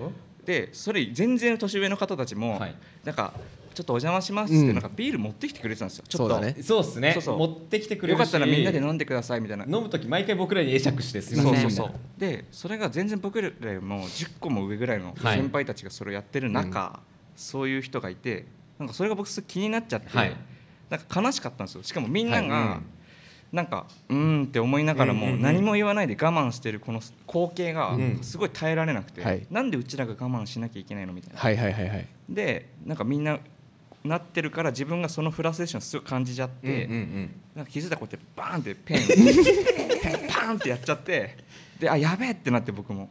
D: でそれ全然年上の方たちも、
E: はい
D: なんかちょっとお邪魔しますって、
C: うん
D: なんかビール持ってきてくれてたんですよちょ
C: そ
D: っ
C: う
D: と
C: だね
E: そうっすね
D: そうそう
E: 持ってきてくれ
D: よ
E: るし
D: かったらみんなで飲んでくださいみたいな
E: 飲む時毎回僕らに会釈してすいませ
D: そ
E: ん
D: うそうそ
E: みたいう
D: でそれが全然僕らよりも10個も上ぐらいの
E: はい
D: 先輩たちがそれをやってる中、そういう人がいてなんかそれが僕すごい気になっちゃって、
E: はい
D: なんか悲しかったんですよしかもみんなが、
E: はいうん
D: なんかうーんって思いながら
E: うんうん
D: も
E: うん
D: 何も言わないで我慢してるこの光景が
E: うん
D: すごい耐えられなくて、
C: はい
D: なんでうちらが我慢しなきゃいけないのみたいな。
C: はいはいはいはい
D: でなんかみんななってるから自分がそのフラストレーションすごい感じちゃっ
E: なうんう
D: て、
E: ん
D: なんか気づいたらこうやってバーンってペ ンペンパーンってやっちゃってであやべえってなって僕も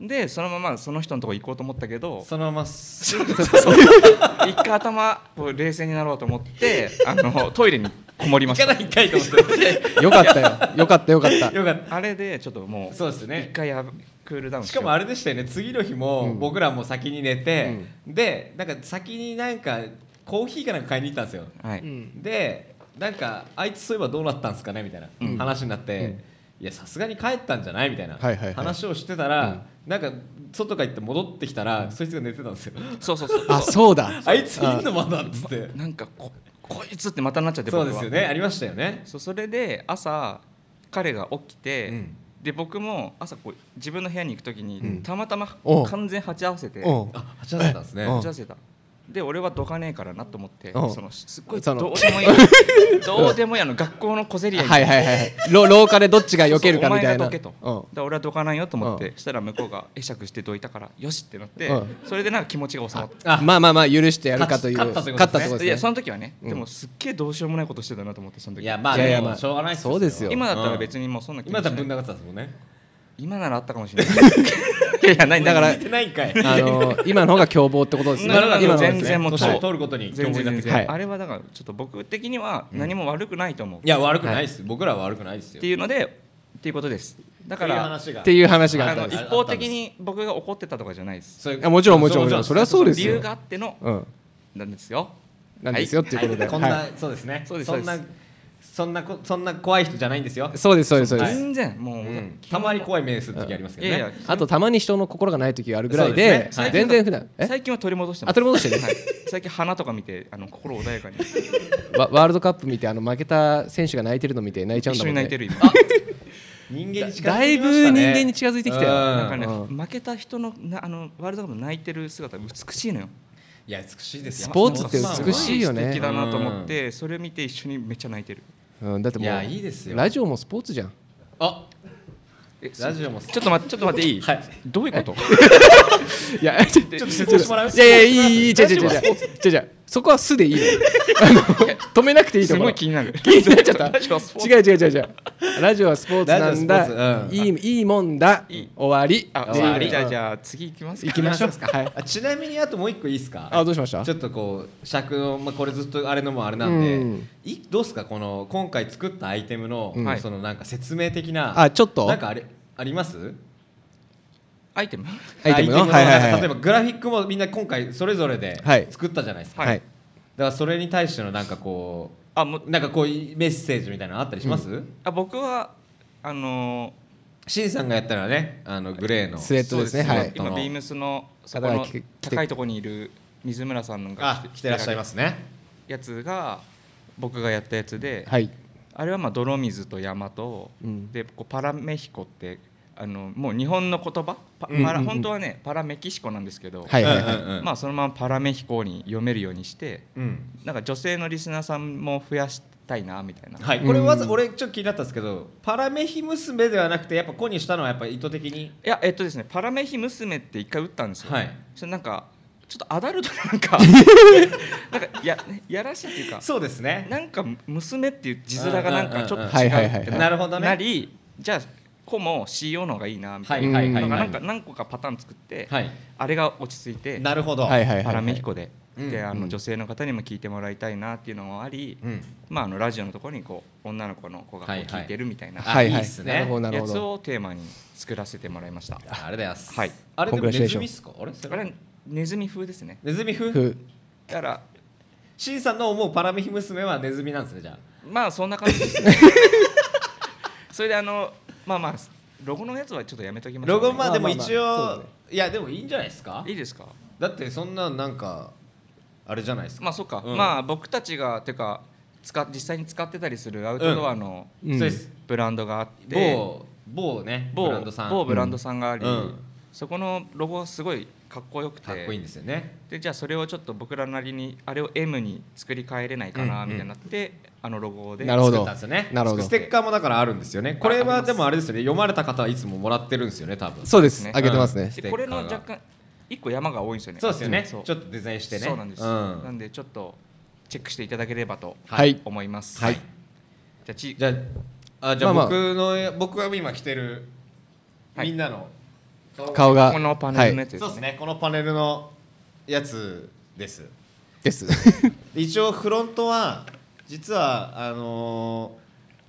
D: でそのままその人のとこ行こうと思ったけ
E: うん
D: ど
E: そのまま スッ
D: 一回頭こう冷静になろうと思ってあのトイレにこもりま
E: 行か
D: し
E: ないかいと 思って
C: よかったよよかったよかった
E: よかった
D: たあれでちょっともう
E: そうですね
D: 一回やばクールダウン
E: し
D: し
E: か
D: よう
E: もあれでしたよね次の日も
C: ん
E: 僕らも先に寝て、でなんか先になんかコーヒーかなんか買いに行ったんですよ、
D: はい、
C: うん
E: でなんかあいつそういえばどうなったんですかねみたいな
D: うん
E: 話になって、いやさすがに帰ったんじゃないみたいな
C: はいはいはい
E: 話をしてたら、なんか外から行って戻ってきたら、そいつが寝てたんですよ
D: そうそうそう
C: あそうだ
E: あいついんのまだっつって
D: なんかここいつってまたなっちゃって
E: そう
D: 僕
E: で
D: は
E: すよねありましたよね
D: そうそれで朝彼が起きて、
E: うん
D: で僕も朝こう自分の部屋に行く時に、
C: ん
D: たまたま
C: おう
D: 完全鉢合わせて、
C: うん
E: あ鉢合わせたんですね
C: うん
D: 打ち合わせたで俺はどかねえからなと思って
C: うん
D: そのすっごいど
C: そうの
D: で もいいどうでもいいあの学校の小競り合い
C: はいはいはいはいろ廊下でどっちが避けるかみたい
D: そう
C: な
D: お前がどけと、で俺はどかないよと思って、したら向こうが会釈してどいたからよしってなって、
C: うん
D: それでなんか気持ちが収まっ
C: うんまあまあまあ許してやるかという
E: 勝つ
C: 勝
E: 勝っ
C: ったた
E: っ
C: っててこと
E: こ
C: と
D: たい
C: で
D: や
C: す
D: そ
C: ね
D: の時はね、でもすっげえどうしようもないことしてたなと思ってその時
E: いやまあ
C: いやいや
E: でも
C: まあ
E: しょうがないっ
C: そうですよ
E: 今
D: 今だった
E: う
D: ら
E: ん
D: 別にもうそんな気
E: 今だったらぶん
D: ない
E: 殴ってたんですもんね
D: 今ならあったかもしれないいやいやない
C: だから
D: ない
E: てないんか い
C: あの今の方が凶暴ってことですね。
D: なるほど
C: 今の方が
D: 全然もう
E: 年を取ることに興
D: 全
E: 味
D: 然
E: になっ
D: 全
E: てくる
D: 然、
C: はい
D: あれはだからちょっと僕的には何も悪くないと思う、
E: いや悪くないです、僕らは悪くないです
D: っ
E: よ
D: ていうのでっていうことですだか
E: っていう
D: ら
E: 話が
C: っていう話があ
D: あ
C: ったん
D: の
C: です
D: 一。方的に僕が怒ってたとかじゃないです
E: そういう
C: いやもちろんもちろんもちろんそれはそうです
D: 理
C: よ
D: 由があっての
C: うん、
D: なんですよ
C: なんですよっていうことで、
E: こん
C: はい
E: な、そうですね
D: そうです
E: そんな
D: そうで
E: そんなこそんな怖い人じゃないんですよ、
C: そうですそうですそうです。
D: 全然もう、
E: うんたまに怖い目する時ありますけど
D: い
E: ね
D: やいや
C: あとたまに人の心がない時があるぐらい
E: そう
C: で
E: ですねはい
C: 全然普段え
D: 最近は取り戻してます
C: あ取り戻してる
D: はい、最近花とか見てあの心穏 やかに
C: ワワールドカップ見てあの負けた選手が泣いてるの見て泣いちゃう
D: 一
C: んだも
D: 緒に
C: んね
D: 泣いてる今
E: 人間に近づ
C: だ
E: い
C: い
E: てき
C: ぶ
E: ましたね
C: 人間に近づいてきたよ
E: うん
D: なんかね、
C: うん
D: 負けた人のなあのワールドカップの泣いてる姿美しいのよ
E: いや美しいですよ
C: スポーツって美しいよね
D: 素敵だなと思って、それ見て一緒にめっちゃ泣いてる
C: うん、だっても
E: いうやいいですよ
C: ラジオもスポーツじゃん
E: あ
D: え
E: ラジオも
D: ちょっと待ってちょっと待っていい、
E: はい
D: どういうこと
C: いやちょっと
E: ちょっと説明してもらう
C: いやいやいいいいいい違う違う違う
E: ラジオは
C: 違う違うそこは素でいいのあの止めなくていいと
D: す
C: こ
D: ご
C: ろ
D: い気になる
C: 気になっちゃった
D: ラジオスポーツ
C: 違う違う違う違うラジオはスポーツなん
E: ラジオは
C: だ
E: スポーツ
C: いいいいもんだ
D: いい
C: 終わり
D: あ
E: 終わり
D: じゃあじゃあ次行きますか
C: 行きましょう
E: 行き
C: はい
E: あちなみにあともう一個いいですか
C: あどうしました
E: ちょっとこう尺の、まあ、これずっとあれのもあれなんで、
C: うん
E: いどうですかこの今回作ったアイテムの、
D: ん
E: そのなんか説明的な
C: あちょっと
E: なんかあれあります
D: アイテム
C: アイテムの
E: アなんか
C: はいはいはい
E: 例えばグラフィックもみんな今回それぞれで
C: はい
E: 作ったじゃないですか、
C: はい
E: だからそれに対してのなんかこ
D: あもう
E: うなんかこういうメッセージみたいなのあったりします、
D: あ僕はあの
E: シンさんがやったのはねあのグレーの
C: スウェットですね
D: そう
C: はい
D: 今
E: はい
D: ビームスのそこ
C: 方
D: の
C: が来て
D: 高いところにいる水村さんが
E: あ来てらっしゃいますね
D: やつが僕がやったやつで、
C: はい
D: あれはまあ泥水と山と、
C: うん
D: でこうパラメヒコってあのもう日本の言葉パ
E: うん
D: パラ、本当はねパラメキシコなんですけど、
C: はいはいはい
E: うんうんうん
D: まあそのままパラメヒコに読めるようにして
E: うん
D: なんか女性のリスナーさんも増やしたいなみたいな、
E: はい、
C: うん
E: これわざ俺ちょっと気になったんですけどパラメヒ娘ではなくてやっぱ子にしたのはやっぱ意図的に
D: いやえっとですねパラメヒ娘って一回打ったんですよ、
E: はい
D: それなんかちょっとアダルトなん かなんかややらしいっていうか
E: そうですね
D: なんか娘っていう字面がなんかちょっと違う
C: はいはいはいはい
E: なるほどね
D: なりじゃあ子も CO の方がいいなみた
E: はいい
D: な,、
E: はいは
D: な
E: い
D: んか
E: は
D: なん
E: い
D: か何個かパターン作って、
E: はい
D: あれが落ち着いて
E: なるほど
C: はいはいはい
D: パラメヒコで,、
E: うん
D: であ
C: う
D: の
C: ん
D: 女性の方にも聞いてもらいたいなっていうのもあり、
E: うん
D: まあ、あのラジオのところにこう女の子の子がこう
E: はいはい
D: 聞いてるみたいな
E: あ
C: はい
E: い
C: はい
E: っ
C: い
E: すね
C: なるほどなる
D: や
C: ほ
D: つ
C: ど
D: をテーマに作らせてもらいました。
E: あれだよす
D: はい
E: あれでも
C: Congratulations
E: ネズミっすかあれそ
D: あ
E: れ
D: れネズミ風ですね
E: ネズミ風
C: ふ
D: だから
E: シンさんの思うパラメヒ娘はネズミなんですねじゃ
D: まあそんな感じですねそれであのまあまあロゴのやつはちょっとやめとき
E: あ
D: ましょ
E: ロ
D: うか
E: ゴ
D: ね、
E: まあでも一応、
C: まあまあまあそうだね
E: いやでもいいんじゃないですか
D: いいですか
E: だってそんななんかあれじゃないですか
D: まあそっか、
E: うん
D: まあ僕たちがてか使実際に使ってたりするアウトドアの
C: うん
E: そうです
D: ブランドがあって、
E: 某某ね
D: 某
E: ブランドさん
D: 某ブ
E: か
D: ランドさんがあり、
E: うん
D: そこのロゴがすごいかっこよくて
E: っこいいんですよね
D: でじゃあそれをちょっと僕らなりにあれを M に作り変えれないかなみたいになって、あのロゴで
C: なるほど
E: 作ったんですよね
C: なるほど
E: ステッカーもだからあるんですよねこれはでもあれですよね読まれた方はいつももらってるんですよね多分
C: そうです
D: ね
C: 上げてますね
E: ステッカ
D: で
E: ーが
D: これの若干一個山が多いんですよね
E: そうですよねち
D: そ
E: ょ
D: う
E: っとデザインしてね
D: そうなんです、なんんでちょっとチェックしていただければと
C: はい
D: 思います、
E: はい
D: じゃあち
E: じゃああじゃあ
C: まあまあ
E: 僕の僕が今着てる
D: はい
E: みんなの
C: 顔が
D: このパネ
C: は
D: ルのや
C: い
D: つですね,、
E: そうですねこのパネルのやつです
C: です
E: 一応フロントは実はあのー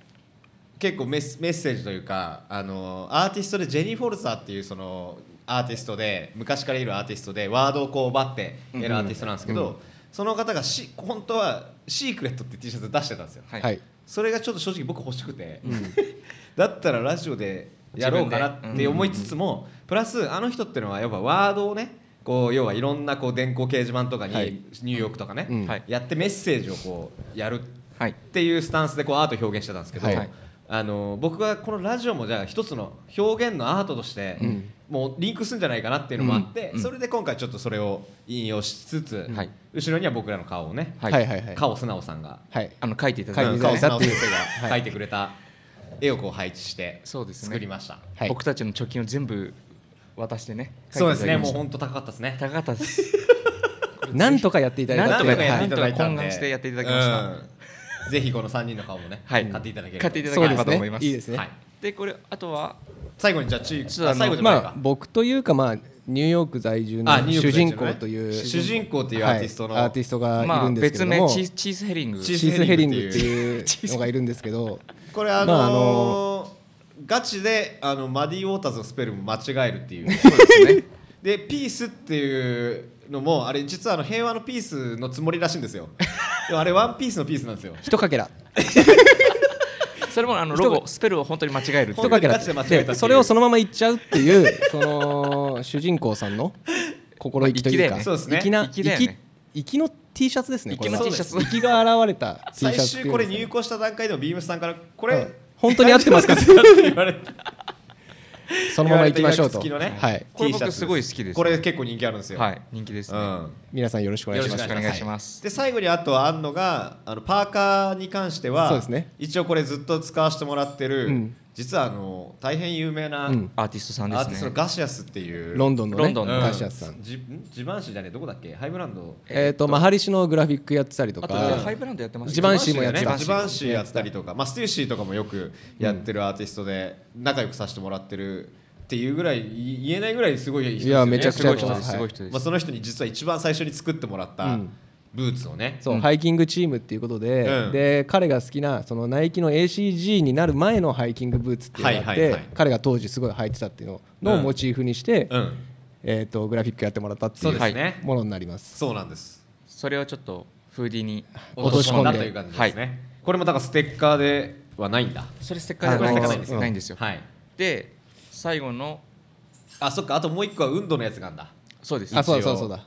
E: 結構メスメッセージというか、あのーアーティストでジェニー・フォルツァーっていうそのアーティストで昔からいるアーティストでワードをこう奪ってやるアーティストなんですけど、その方がシ本当は「シークレット」って T シャツ出してたんですよ、
D: はい、
C: はい
E: それがちょっと正直僕欲しくて、 だったらラジオでやろうかなって思いつつも、プラスあの人ってのはやっぱワードをねこう要はいろんなこう電光掲示板とかに
C: はい
E: 入浴とかね、
C: うん
D: はい
E: やってメッセージをこうやるっ
D: はい
E: ていうスタンスでこうアートを表現してたんですけど、
C: はい
E: あの僕はこのラジオもじゃあ一つの表現のアートとして、もうリンクするんじゃないかなっていうのもあって、
D: うん
E: それで今回ちょっとそれを引用しつつ、
D: はい
E: 後ろには僕らの顔をね、
C: はいはいはい
E: 顔素直さんが
C: はい
D: あの書いていただ
C: 書
D: い
C: い
D: て、
C: てい
E: うん
C: ただ
E: 川
C: いた
E: 砂先生が描いてくれた絵をこう配置して
D: そうですね
E: 作りました
C: はい
D: 僕たちの貯金を全部渡してね
E: そうですね
D: 書いて
E: もう
D: いただきまし
E: 本当高かったです
D: た
E: ね
D: 高かったです
C: なんとかやっていただい
E: な
C: たと
E: んと
C: いう
E: かやっていただいたん
D: なんとか懇
E: で
D: 願してやっていただきました
E: うんぜひこの三人の顔もね
D: はい
E: 買っていただければ
D: 買っていただ
C: そ
D: け
C: う
D: れ
C: で
D: ば
C: す
D: と思いま
C: ね
D: す
C: いいですね
E: はい
D: でこれあとは
E: 最後にじゃあチーク
D: ちょっとあの
E: 最後じゃない
C: まあ
E: か、
C: 僕というかまあニューヨーク在住
E: あ
C: の
E: ニュ
C: 主
E: ーヨーク在住
C: 人
E: のね
C: 公という
E: 主人公というアーティストの
C: はいアーティストがい
D: ま
C: る
D: あ
C: んですけれ
D: 別
C: ど
D: 名
C: も
D: チーチーズヘリング
E: チ
C: チーズヘリングって
E: チ
C: いうのがいるんですけど
E: これあのー
C: まああの
E: ガチであのマディ・ウォーターズのスペルも間違えるっていう
D: ですね
E: でピースっていうのもあれ実はあの平和のピースのつもりらしいんですよでもあれワンピースのピースなんですよ
C: 一かけ ら
D: それもあのロゴスペルを本当に間違えるってい
E: 本
C: 一
D: う
E: 当
C: か
E: に
C: け
E: ガ
C: ら
E: チで間違えたっていう
C: でそれをそのまま言っちゃうっていう その主人公さんの心意気という
D: まあ
C: か
E: 粋だよねそうですね
C: 粋な
D: 粋だよね
C: 粋粋の T シャツですねこれは
D: 粋の T シャツ
C: 粋が現れた T シャ
E: 最
C: ツってい
E: 終
C: う
E: こ
C: んです
E: れ
C: かね
E: 入校した段階でもビームスさんからこ
C: うん
E: れ
C: 本当に合って ますかって
E: 言われて
C: そのまま行きましょうと、
E: 言われたいわ
C: は
E: くつきの
C: い、
D: これ僕
E: ね T シャツ
D: すごい好きです
E: これ結構人気あるんですよ
D: はい人気です
E: う
D: ねよ
E: ん
C: 皆さんよろしくお願いし
D: ろ
C: ま
D: し
C: す
D: くお願いします
E: で最後にあとあんのがあのパーカーに関しては
C: そうですね
E: 一応これずっと使わせてもらってる、
C: うん
E: 実はあの大変有名なア
C: う
E: ー
C: ん
D: アーティストさん
E: テ
D: で
E: ィス
D: す
E: ト
D: ね
E: のガシアスっていう
C: ロンドンのね
D: ロンドンの
C: ガシアスさん、
E: じん自慢誌じゃねえどこだっけハイブランド
C: えっ、とマハリシのグラフィックやってたりと
D: あ
C: か
D: とハイブランドやってます
C: ジバンシーもやって
E: た
C: た
E: ジバンシーやってたりとか、まあ、ステューシーとかもよくやってるアーティストで仲良くさせてもらってるっていうぐらいい言えないぐらいすごいいい人ですよね
C: いやめちゃくちゃ
D: すごい人ですすごい人です
E: まあ、その人に実は一番最初に作ってもらった
C: うん
E: ブーツをね、
C: そう、
D: うん
C: ハイキングチームっていうことで、
E: うん
C: で彼が好きなそのナイキの ACG になる前のハイキングブーツっていうのがあって、
E: はいはいはい
C: 彼が当時すごい履いてたっていうの
E: う
C: を
E: ん
C: モチーフにして、
E: うん、
C: えっ、とグラフィックやってもらったって
E: そ
C: いうう
E: ですね、
C: ものになります。
E: そうなんです
D: それをちょっとフーディーに
C: 落とし込んで
E: 落とという感じですね、これもだからステッカーではないんだ
D: それステッカーじゃな
E: あ
D: いん
E: これ
D: で
E: ス
D: す
E: テ
D: よないんですよ
E: はい
D: で最後の
E: あそっかあともう一個は運動のやつがあんだ
D: そうです
C: あ、そうだそうだそうだ。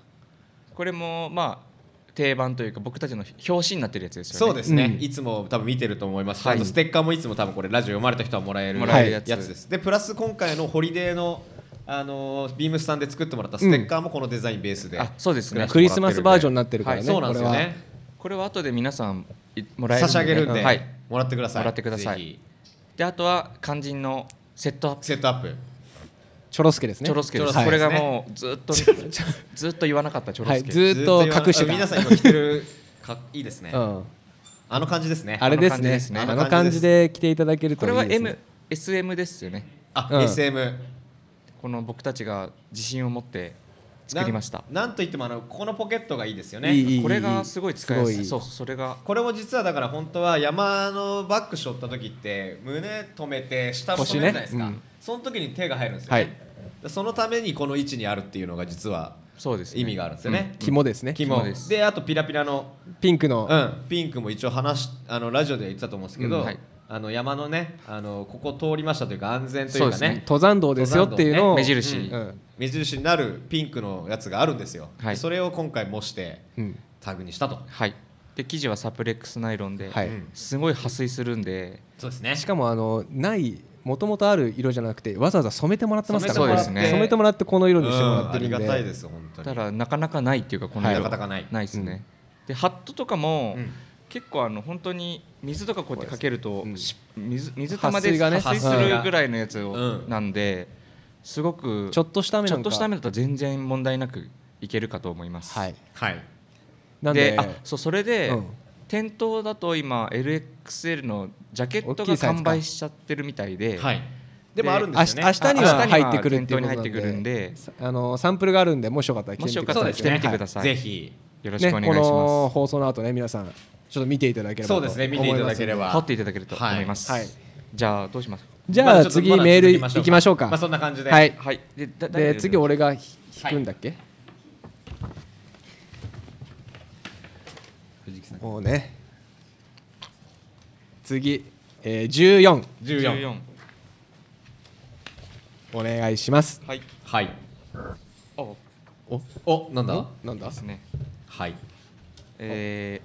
D: これもまあ定番というか僕たちの表紙になってるやつですよね
E: そうですね、
C: うん
E: いつも多分見てると思いますし、
D: はい
E: あとステッカーもいつも多分これラジオ読まれた人はもらえる
D: も
C: らえる
E: や
D: や
E: つ
D: つ
E: です、でプラス今回のホリデーのあのービームスさんで作ってもらったステッカーもこのデザインベースで、
D: あそうですね
C: クリスマスバージョンに
E: な
C: なってるからね。
E: そうなんですよ
C: これは
E: ね
D: これは後で皆さんいもらえる
E: 差
D: ね
E: し上げるんで、
D: はい
E: もらってください
D: もらってください
E: ぜひ
D: であとは肝心のセットアップ
E: セットアップ
C: チョロスケですね。
D: チョロスケです、
E: チョロスケ
D: これがもうずっとずっと言わなかったチョロスケ、
C: はいずーっと隠してた
E: ずーっ言わな皆さん今着てるかいいですね、
C: うん、
E: あの感じですね
C: あれですね。
D: あ
C: あ
E: の感じですね
C: の感じで来ていただけると
D: こ
C: い
D: れ
C: い
D: は
C: です、ね。
D: M SM ですよね
E: あ、
C: うん
E: SM
D: この僕たちが自信を持って作りました
E: なんなんといってもあのここのポケットがいいですよね
C: いいいい
D: これがすごい使いやすい
C: すごい
D: そうそうそれが
E: これも実はだから本当は山のバックしょった時って胸止めて下も止めるじゃないですか、
C: 腰ねうん
E: その時に手が入るんですよ、ね
C: はい
E: そのためにこの位置にあるっていうのが実は
D: そうです、ね、
E: 意味があるんですよね、
C: 肝ですね。
E: 肝
D: 肝
E: で
D: です
E: あとピラピラの、
C: ピンクの、
E: うん、ピンクも一応話しあのラジオで言ってたと思うんですけど、
D: うんはい
E: あの山のねあのここ通りましたというか安全とい
D: そううで
E: か
D: す
E: ね
D: ね
C: 登山道ですよっていうのを、
D: 目印、
E: うん
C: うん
E: 目印になるピンクのやつがあるんですよ、
D: はい
E: それを今回模して
C: うん
E: タグにしたと、
D: はいで生地はサプレックスナイロンで、
C: はい
E: うん
D: すごい破水するんで
E: そうです ね
C: しかもあのないもともとある色じゃなくてわざわざ染めてもらってますから
D: そうですね
C: 染めてもらってこの色にしてもら
E: うん
C: っ
E: あ
C: てる
E: り
C: んで、
E: がたいです本当
D: た
E: に
D: だなかなかないっていうかこの色
E: はいなかなかない
D: ないですね、でハットとかも、
E: うん
D: 結構あの本当に水とかこうやってかけると、
C: ん
D: し水水玉
C: 撥
D: で
C: 水がね
D: 撥水するぐらいのやつを、
E: うん
D: なんで、すごく
C: ちょっとした雨
D: ち
C: な
D: ょ
C: ん
D: っ
C: か
D: とした雨だと全然問題なくいけるかと思います。
C: はい
E: はい
C: なん
D: で
C: で
D: あそうそれで、
C: うん
D: 店頭だと今 LXL のジャケット
C: 大きいサ
D: が
C: イズか
D: 完売しちゃってるみたいで、
E: はい。でも
D: で
E: あるんで
C: あ
E: す
C: し
E: よ
C: 明
E: ね。
C: 日に
D: あ
C: は
D: 明日に
C: 入
D: は
C: ってくるっていうこと
D: 店頭に入ってくるんで
C: さあのサンプルがあるんでもしよかったら来て
D: も
C: み
D: してよ
C: く
D: か
C: だ
D: っ
C: さ
D: た
C: い
D: ら来てみてくだ
C: さ
D: さい。
E: ぜひ。
D: よろしくお
C: ね
D: 願いし
C: こ
D: ます。
C: の放送の後ね皆さんちょっと見ていただければと
E: そうですね。見ていただければ。
D: 掘っていただけると思います。
C: はいはい
D: じゃあどうしますか。
C: じ
E: ま
C: ゃあ
E: ちょっと
C: 次
E: まだ
C: メール
E: 続
C: いきましょうか
E: まあそんな感じで。
C: はい
D: はい。でだ誰
C: で
D: が
C: 次俺がひ弾くんだっけ、
E: 藤木さん。
C: もうね次、えー、14
E: 十四。
D: 14
C: お願いします
D: はい。
E: はい。
D: あ
C: お
E: お、なんだ。
C: なんだ
D: ですね。
E: はい。
D: え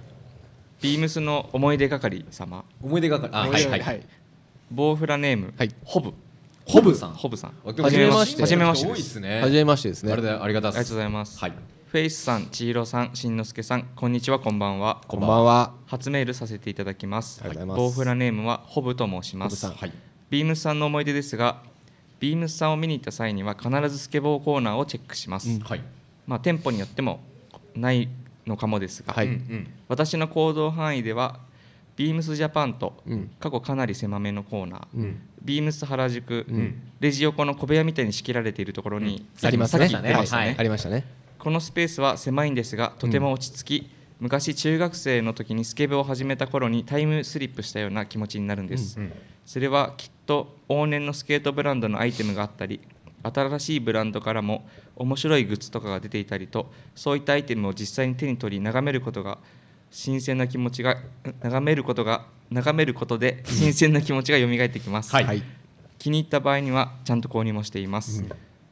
D: ー、ビームスの思い出係様、
E: 思い出がかり。あ、
C: お
E: はいは。
C: はいい
D: ボウフラネーム、
C: はい
D: ホブ
E: ホブさん。
D: ホブさん。
E: あでも
C: はじめまして
E: はじめま
D: はじめまして
E: 多いですね。
C: はじめましてですね
E: あれだよありがとう
D: ありがとうございます。
E: はい。
D: フェイスさん、千尋さん、しんのすけさん、こんにちは、こんばんは。
C: こんばんは
D: 初メールさせていただきます。
C: ありがとうございます
D: ボウフラネームはホブと申します。
C: ホブさん
E: はい。
D: ビームスさんの思い出ですが、ビームスさんを見に行った際には必ずスケボーコーナーをチェックします。
E: はい。
D: まあ店舗によってもないのかもですが、
C: はい、
E: うんうん。
D: 私の行動範囲ではビームスジャパンと
C: うん
D: 過去かなり狭めのコーナー、
C: うん
D: ビームス原宿、レジ横の小部屋みたいに仕切られているところに、
C: ありますね。
E: さっき言ってましたね
C: はいありましたね。
D: このスペースは狭いんですがとても落ち着き、昔中学生の時にスケベを始めた頃にタイムスリップしたような気持ちになるんです、それはきっと往年のスケートブランドのアイテムがあったり新しいブランドからも面白いグッズとかが出ていたりとそういったアイテムを実際に手に取り眺めることが新鮮な気持ちがうん眺めることが眺めることで新鮮な気持ちが蘇ってきます、
E: はいはい
D: 気に入った場合にはちゃんと購入もしています、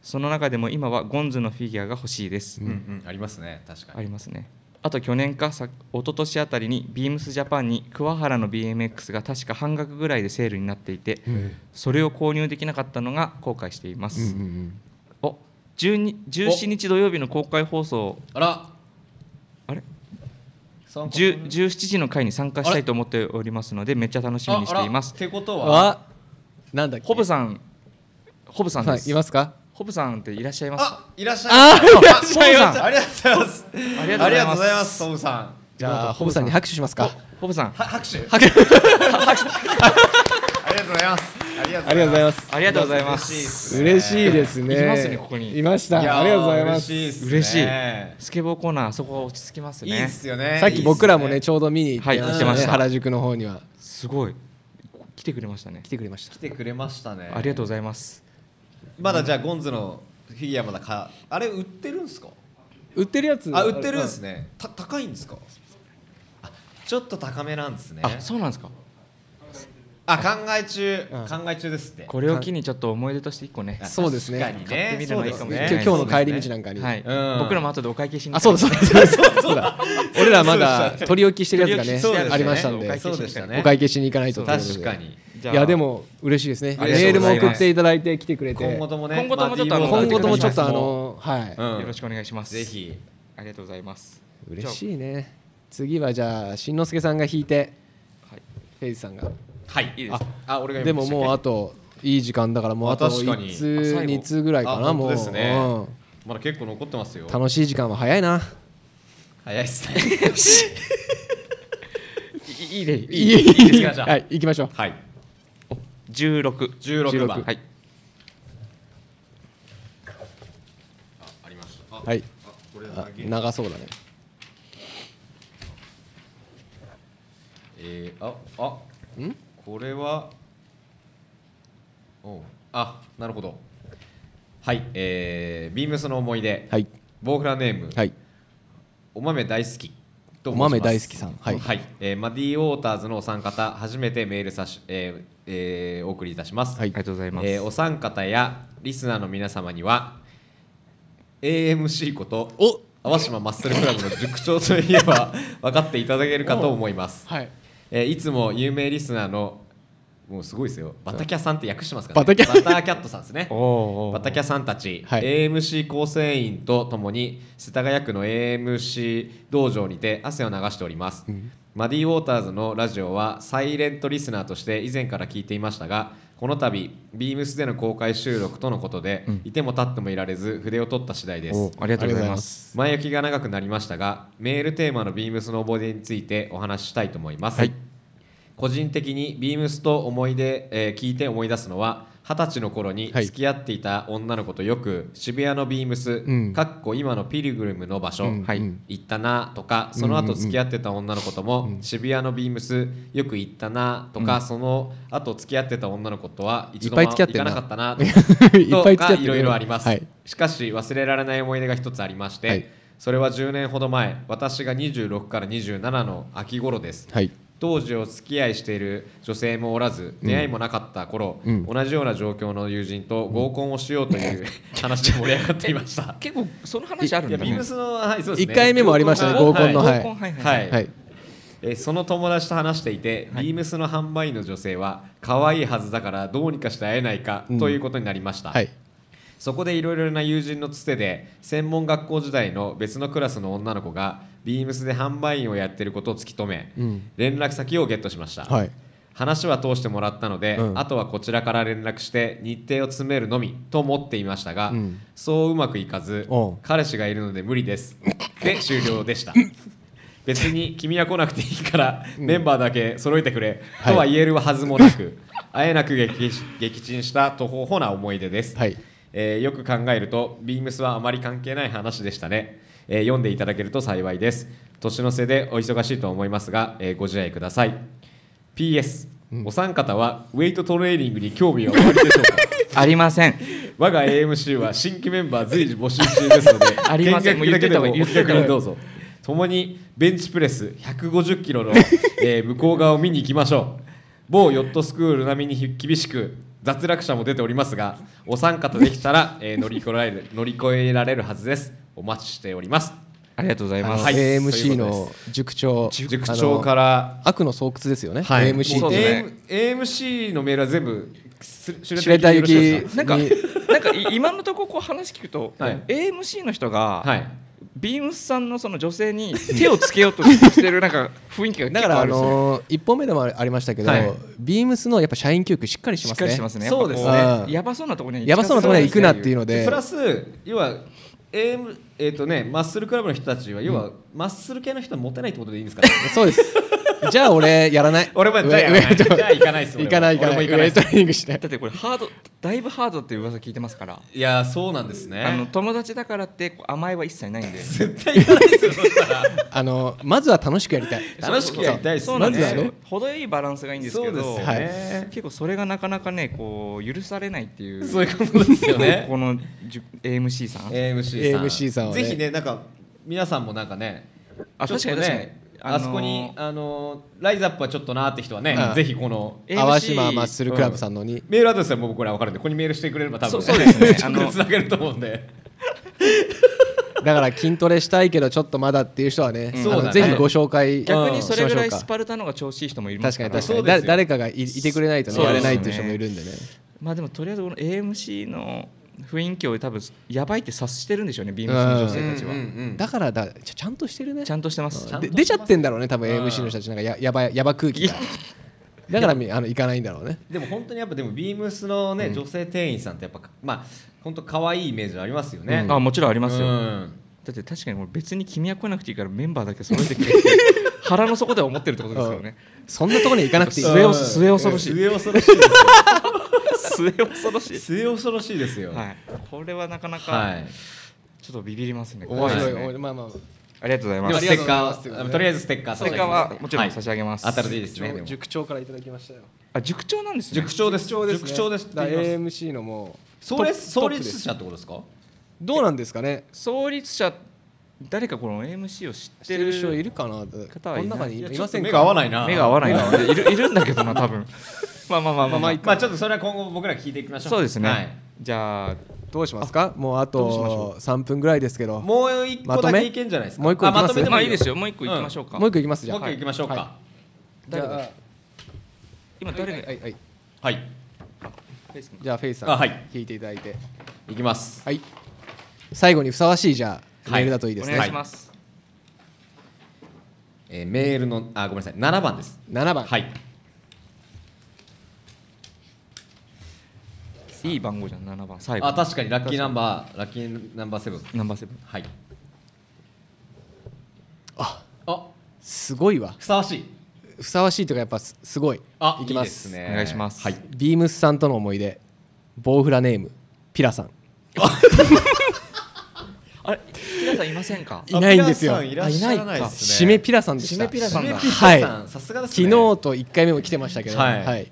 D: その中でも今はゴンズのフィギュアが欲しいです、
E: うんうん、ありますね確か
D: あ
E: に
D: りますねあと去年かさ一昨年あたりにビームスジャパンに桑原の BMX が確か半額ぐらいでセールになっていて、それを購入できなかったのが後悔しています、お12 17日土曜日の公開放送
E: あら
D: あれ
E: 参加
D: 10 17時の回に参加したいと思っておりますのでめっちゃ楽しみにしています
E: ああらってことは
C: あ、なんだっけ。
D: ホブさんホブさん
C: は
D: で
C: い
D: す、
C: いますか。
D: ホブさんっていらっしゃいますか
E: あいらっしゃいました
D: いらっしゃいました
E: ありがとうございます
D: ありがとうございます
E: ありがとうございますトムさん
C: じゃあホブさんに拍手しますか。
D: ホブさん
E: は拍手
C: 拍手。
E: ありがとうございますありが
C: ありがとうござい
E: ま
C: ます。
D: ありがとうございます
E: す
C: 嬉しいですね。
D: いますねここに
C: いまし
E: い
C: た。
E: やー
C: ありがとうございます。
E: 嬉しいっすね
D: 嬉しいスケボーコーナーあそこは落ち着きます
E: い
D: ね
E: いっすよね
C: さっき僕らも
E: いい
C: ね
E: っす
C: ちょうど見に行って
D: はい行ってました
C: 原宿の方には
D: すごい来てくれましたね
C: 来てくれました
E: ね。来てくれましたね
D: ありがとうございます。
E: まだじゃあゴンズのフィギュアまだかあれ売ってるんすか
C: 売ってるやつ
E: あ売ってるんですねた高いんですかあちょっと高めなんですね
D: あ、そうなんですか。
E: あ考え中
C: うん
E: 考え中ですって
D: これを機にちょっと思い出として一個ね
E: あ。
C: そうですね
E: 確かに
D: 買って
E: ね
D: みるのいいかもしれ
C: 今
D: ない
C: 日
D: ですね
C: 今日の帰り道なんかに、
D: はい。
E: うん
D: 僕らも後でお会計しに。
C: あそうだそうだそうだそうだ俺らまだ
E: そうそう
C: 取り置きしてるやつがね
E: そうですね
C: ありましたんで
D: お会計
E: そうで
D: し
E: してた
D: み
E: ね
D: ね。
C: お会計しに行かないとということで
E: 確かに
D: じゃあ
C: いやでも嬉しいですね
E: ありが
C: メ
E: と
C: ー
E: う
C: ルも
E: ございます
C: 送っていただいて来てくれて
E: 今後ともね
D: 今後ともちょっとあの
E: まあ
C: 今後ともちょっとあ
E: DVOTAS も
C: のはい、
E: うん
D: よろしくお願いします。
E: ぜ。ひ
D: ありがとうございます。
C: 嬉しいね次はじゃあしんのすけさんが弾いて
D: はい。
C: フェイズさんが
E: はい
D: いいですか
E: あ俺が
C: でももうあ
E: と
C: といい時間だからもうあと
E: あ確かに
C: 1通
D: あ最後
C: 2通ぐらいかな
E: あ
C: も
E: 本
C: う
E: 当ですね
C: うん
E: まだ結構残ってますよ
C: 楽しい時間は早いな
E: 早いっすね
D: いいいでいい。
C: いい
E: いですかじゃあ
C: はい行きましょう
E: はい
D: 十六。
E: 16番
C: 16
D: はい。
E: ありましたあ
C: はい
E: これ
C: あ
E: だけ
C: 長そうだね
E: えー、ああこれはおうあなるほどはいえー、ビームスの思い出、
C: はい
E: ボウフラネーム、
C: はい
E: お豆大好きと
C: お
E: 申します
C: 豆大好きさんはい
E: えーマディ・ウォーターズのお三方初めてメールさし、えーえーお送りいたします、
C: はい
D: ありがとうございます。
E: えーお三方やリスナーの皆様には AMC こと
C: お
E: 淡島マッスルクラブの塾長といえば分かっていただけるかと思います、
C: はい
E: えーいつも有名リスナーのもうすごいですよバタキャさんって訳しますかね
C: バタキャ
E: バタキャットさんですね
D: おお
E: バタキャさんたち、
C: はい
E: AMC 構成員とともに世田谷区の AMC 道場にて汗を流しております、マディ・ウォーターズのラジオはサイレントリスナーとして以前から聞いていましたがこの度ビームスでの公開収録とのことで、いても立ってもいられず筆を取った次第です
D: ありがとうございます。
E: 前置きが長くなりましたがメールテーマのビームスの思い出についてお話ししたいと思います、
D: はい
E: 個人的にビームスと思い出、えー聞いて思い出すのは二十歳の頃に
C: はい
E: 付き合っていた女の子とよく渋谷のビームス、
C: ん
E: かっこ今のピリグルムの場所、
D: はい
E: 行ったなとかその後付き合ってた女の子とも渋谷のビームスよく行ったなとか、その後付き合ってた女の子とは一度も
C: いっぱい付き合
E: 行
C: って
E: か
C: んな
E: なかったな
C: いっぱ い付き合って
E: と
C: る
E: かいろいろあります、
C: はい
E: しかし忘れられない思い出が一つありまして、
C: はい
E: それは10年ほど前私が26から27の秋頃です、
C: はい
E: 当時お付き合いしている女性もおらず出会いもなかった頃、
C: ん
E: 同じような状況の友人と合コンをしよう という話で盛り上がっていました
D: 結構その話あるん
E: い
D: だ
E: や
D: ね。
E: ビームスの、はい、そうですね
C: 一回目もありましたね合コンの
E: はい
D: 合コンはいはい。
E: はい
C: はい
E: えーその友達と話していて、ビームスの販売員の女性は可愛いはずだからどうにかして会えないか、ということになりました、
C: はい
E: そこでいろいろな友人のつてで専門学校時代の別のクラスの女の子がビームスで販売員をやってることを突き止め、連絡先をゲットしました、
C: はい
E: 話は通してもらったので、
C: うん
E: あとはこちらから連絡して日程を詰めるのみと思っていましたが、
C: ん
E: そううまくいかず
C: おう
E: 彼氏がいるので無理です で終了でした別に君は来なくていいからメンバーだけ揃えてくれ、
C: はい
E: とは言えるはずもなく、あえなく撃撃沈した途方ほな思い出です、
C: はい
E: えーよく考えるとビームスはあまり関係ない話でしたね、えー読んでいただけると幸いです年の瀬でお忙しいと思いますが、えーご自愛ください PS、お三方はウェイトトレーニングに興味はおありでしょうか
D: ありません。
E: 我が AMC は新規メンバー随時募集中ですので
D: ありません
E: 見学だけでも
D: もう
E: お
D: 言っ
E: 気
D: てたわ
E: 軽にどうぞ共にベンチプレス150キロの、 えー向こう側を見に行きましょう某ヨットスクール並みに厳しく雑落者も出ておりますがお三方できたら、えー乗り越えられ る乗り越えられるはずですお待ちしております
D: ありがとうござい
C: あ
D: ま
C: の
D: す。
E: はい
C: AMC
E: そういう
C: の
E: こ
C: 塾長
E: 塾
C: あの
E: 長から
C: 悪の巣窟ですよね、
E: はい
C: AMC
E: も
C: って
D: そう
E: う
D: です
E: AM MC のメールは全部す
C: 知れた雪
E: よろしいですか
D: なんか、
C: に
D: なんかい今のところこう話聞くと、
E: はい
D: AMC の人が、
E: はい
D: ビームスさんのその女性に手をつけようとしてるなんか雰囲気が
C: だ
D: 結
C: から
D: 構あ
C: あ
D: るんですよ。
C: の1本目でもありましたけど、
E: はい
C: ビームスのやっぱ社員教育しっかりし
D: し
C: ま
D: っ
C: す
D: か
C: ね
D: りしてますね。
E: そうです
C: ね
D: やっぱこ
C: うん
D: やばそうなところに
C: やばそうなところに行くなっていうので
E: プラス要は AM えっ、とねマッスルクラブの人たちは要は、マッスル系の人はモテないってことでいいんですか、ね、
C: そうですじゃあ俺やらない
E: 俺もじゃあやらないじゃあ行かないっす俺
C: 行か
E: は
C: ない行かない
E: 俺も行かない
C: ウェ
E: っ
C: イ
E: す
C: トリングしない
D: だってこれハードだいぶハードっていう噂聞いてますから。
E: いやーそうなんですね
D: あの友達だからってこう甘えは一切ないんで。
E: 絶対行かないですよそしたら
C: あのまずは楽しくやりたい
E: 楽しくやりたいっす
D: そうな
C: ま
D: ん
C: ず
D: で
C: は
D: すよ
C: ね。
D: 程よいバランスがいいんですけど、
E: そう
C: は
E: ですよね
D: 結構それがなかなかねこう許されないっていう。
E: そういうことですよね
D: このじゅ AMC さん。
E: AMC さん
C: AMC さんはね
E: ぜひねなんか皆さんもなんかね
D: あ
E: ちょっと
D: 確かに確かに
E: あそこに、あのーライズアップはちょっとなーって人はね、
C: うん
E: ぜひこの
D: AMC
C: 淡島マッスルクラブさんのに、
E: メールアドレスはもうこれは分かるんでここにメールしてくれれば多分、
D: そうそうですね
E: ちょ
D: あ
E: っ
D: の
E: とつなげると思うんで
C: だから筋トレしたいけどちょっとまだっていう人はね、
E: そうだね
C: あのぜひご紹介
D: 逆
C: しま
D: にそ
C: しょ
D: れ
C: う
D: ぐらい
C: か
D: スパルタの方が調子いい人もいる
C: 確かに確か
E: そ
C: に
E: うで
C: だ
E: すよ
C: 誰かがいいてくれないとね
E: そう
C: や
E: です
C: れ
E: よ
C: ない
E: ね
C: っていう人もいるんでね
D: まあでもとりあえずこの AMC の雰囲気を多分やばいって察してるんでしょうねビームスの女性たちは、
C: だからだちゃちゃんとしてるね
D: ちゃんとしてます
C: で出ちゃってんだろうね多分 AMC の人たちなんかややばいやば空気がだからみあの行かないんだろうね
E: でも本当にやっぱでもビームスのね、女性店員さんってやっぱまあ本当可愛いイメージありますよね。
D: あもちろんありますよ、
E: うん
D: だって確かにもう別に君は来なくていいからメンバーだけ揃えてくれって腹の底では思ってるってことですよね
C: そんなとこに行かなくていい
D: 末恐末恐ろしい
E: 末恐ろしいですよ。
D: 末恐ろしい、
E: 末恐ろしいですよ。は。
D: はいい、これはなかなかちょっとビビりますね
C: 面
D: で
E: い
C: 白
D: す
C: い
D: ね
C: おまあまあま
D: ありがとうござい
E: で
D: ま
E: も
D: す
E: ステッカ
C: ありがとうございます
E: ーはとりあえずステッカー
D: ステッカーはもちろん差し上げます
E: 当たるといいですね。で
C: あ
E: も
C: 塾長からいただきましたよ
D: あ塾長なんですね
E: 塾長です。
C: 塾長ですね
E: 塾長です。
C: だから AMC のもう
E: 創立
C: トッ
E: 創
C: プトップで
E: 立
C: す
E: 者ってことですか？
C: どうなんですかね
D: 創立者誰かこの AMC を知っ
C: してて
D: る
C: る人いるかな
D: 方は
C: こ
D: い
C: の
D: ない
C: 中にいません
E: 目が合わ
C: か
E: ないな。
D: 目が合わ
E: ない。
D: ないな。いるいるんだけどな、多分。まあまあまあまあ、まあ、
E: まあちょっとそれは今後僕ら聞いていきましょう。
D: そうですね。
E: はい
D: じゃあ、
C: どうしますかもうあ
D: どうしましょ
C: と3分ぐらいですけども
E: もう一個だけいけんじゃないですか。
C: まとめもう一個いきます
E: あとめて
D: まあ
E: も
D: いいです
E: よ。
D: よ。もう一個行きましょうか。
C: う一個いきますじゃ
E: もう
C: あ
E: 一個行きましょう
C: はい
E: か。
C: じゃあ
D: 今
C: はい
D: 誰
C: は
D: が
C: いはい
E: はい。
D: ですか
C: じゃあフェイスさん
E: あはい
C: 聞いていただいて
E: いきます。
C: はい最後にふさわしいじゃあ
E: は
C: メ
E: い
C: ールだといいで
D: お
C: す
D: 願い
C: ね
D: します。
E: えーメールのあごめんなさい7番です。
C: 7番
E: はい。
D: い、い番号じゃん、7番。最後。
E: あ確かにラッキーナンバーラッキーナンバーセブン。
D: ナンバーセブン。
E: はい。ああ
C: すごいわ
E: ふさわしい。
C: ふさわしいというかやっぱすすごい
E: あ
C: いきます
E: いいですね。
D: お願いします
E: はい。
C: ビームスさんとの思い出ボウフラネームピラさん
D: あれ、皆さんいませんか
C: いないんですよ
E: あピラさんいらっしゃらないで
C: 締
E: すね。
C: めピラさんでした
D: 締めピラさんだ
E: 締めピラ
C: はい
E: さんさすがです
C: 昨
E: ね。
C: 日と1回目も来てましたけど、は
E: はいい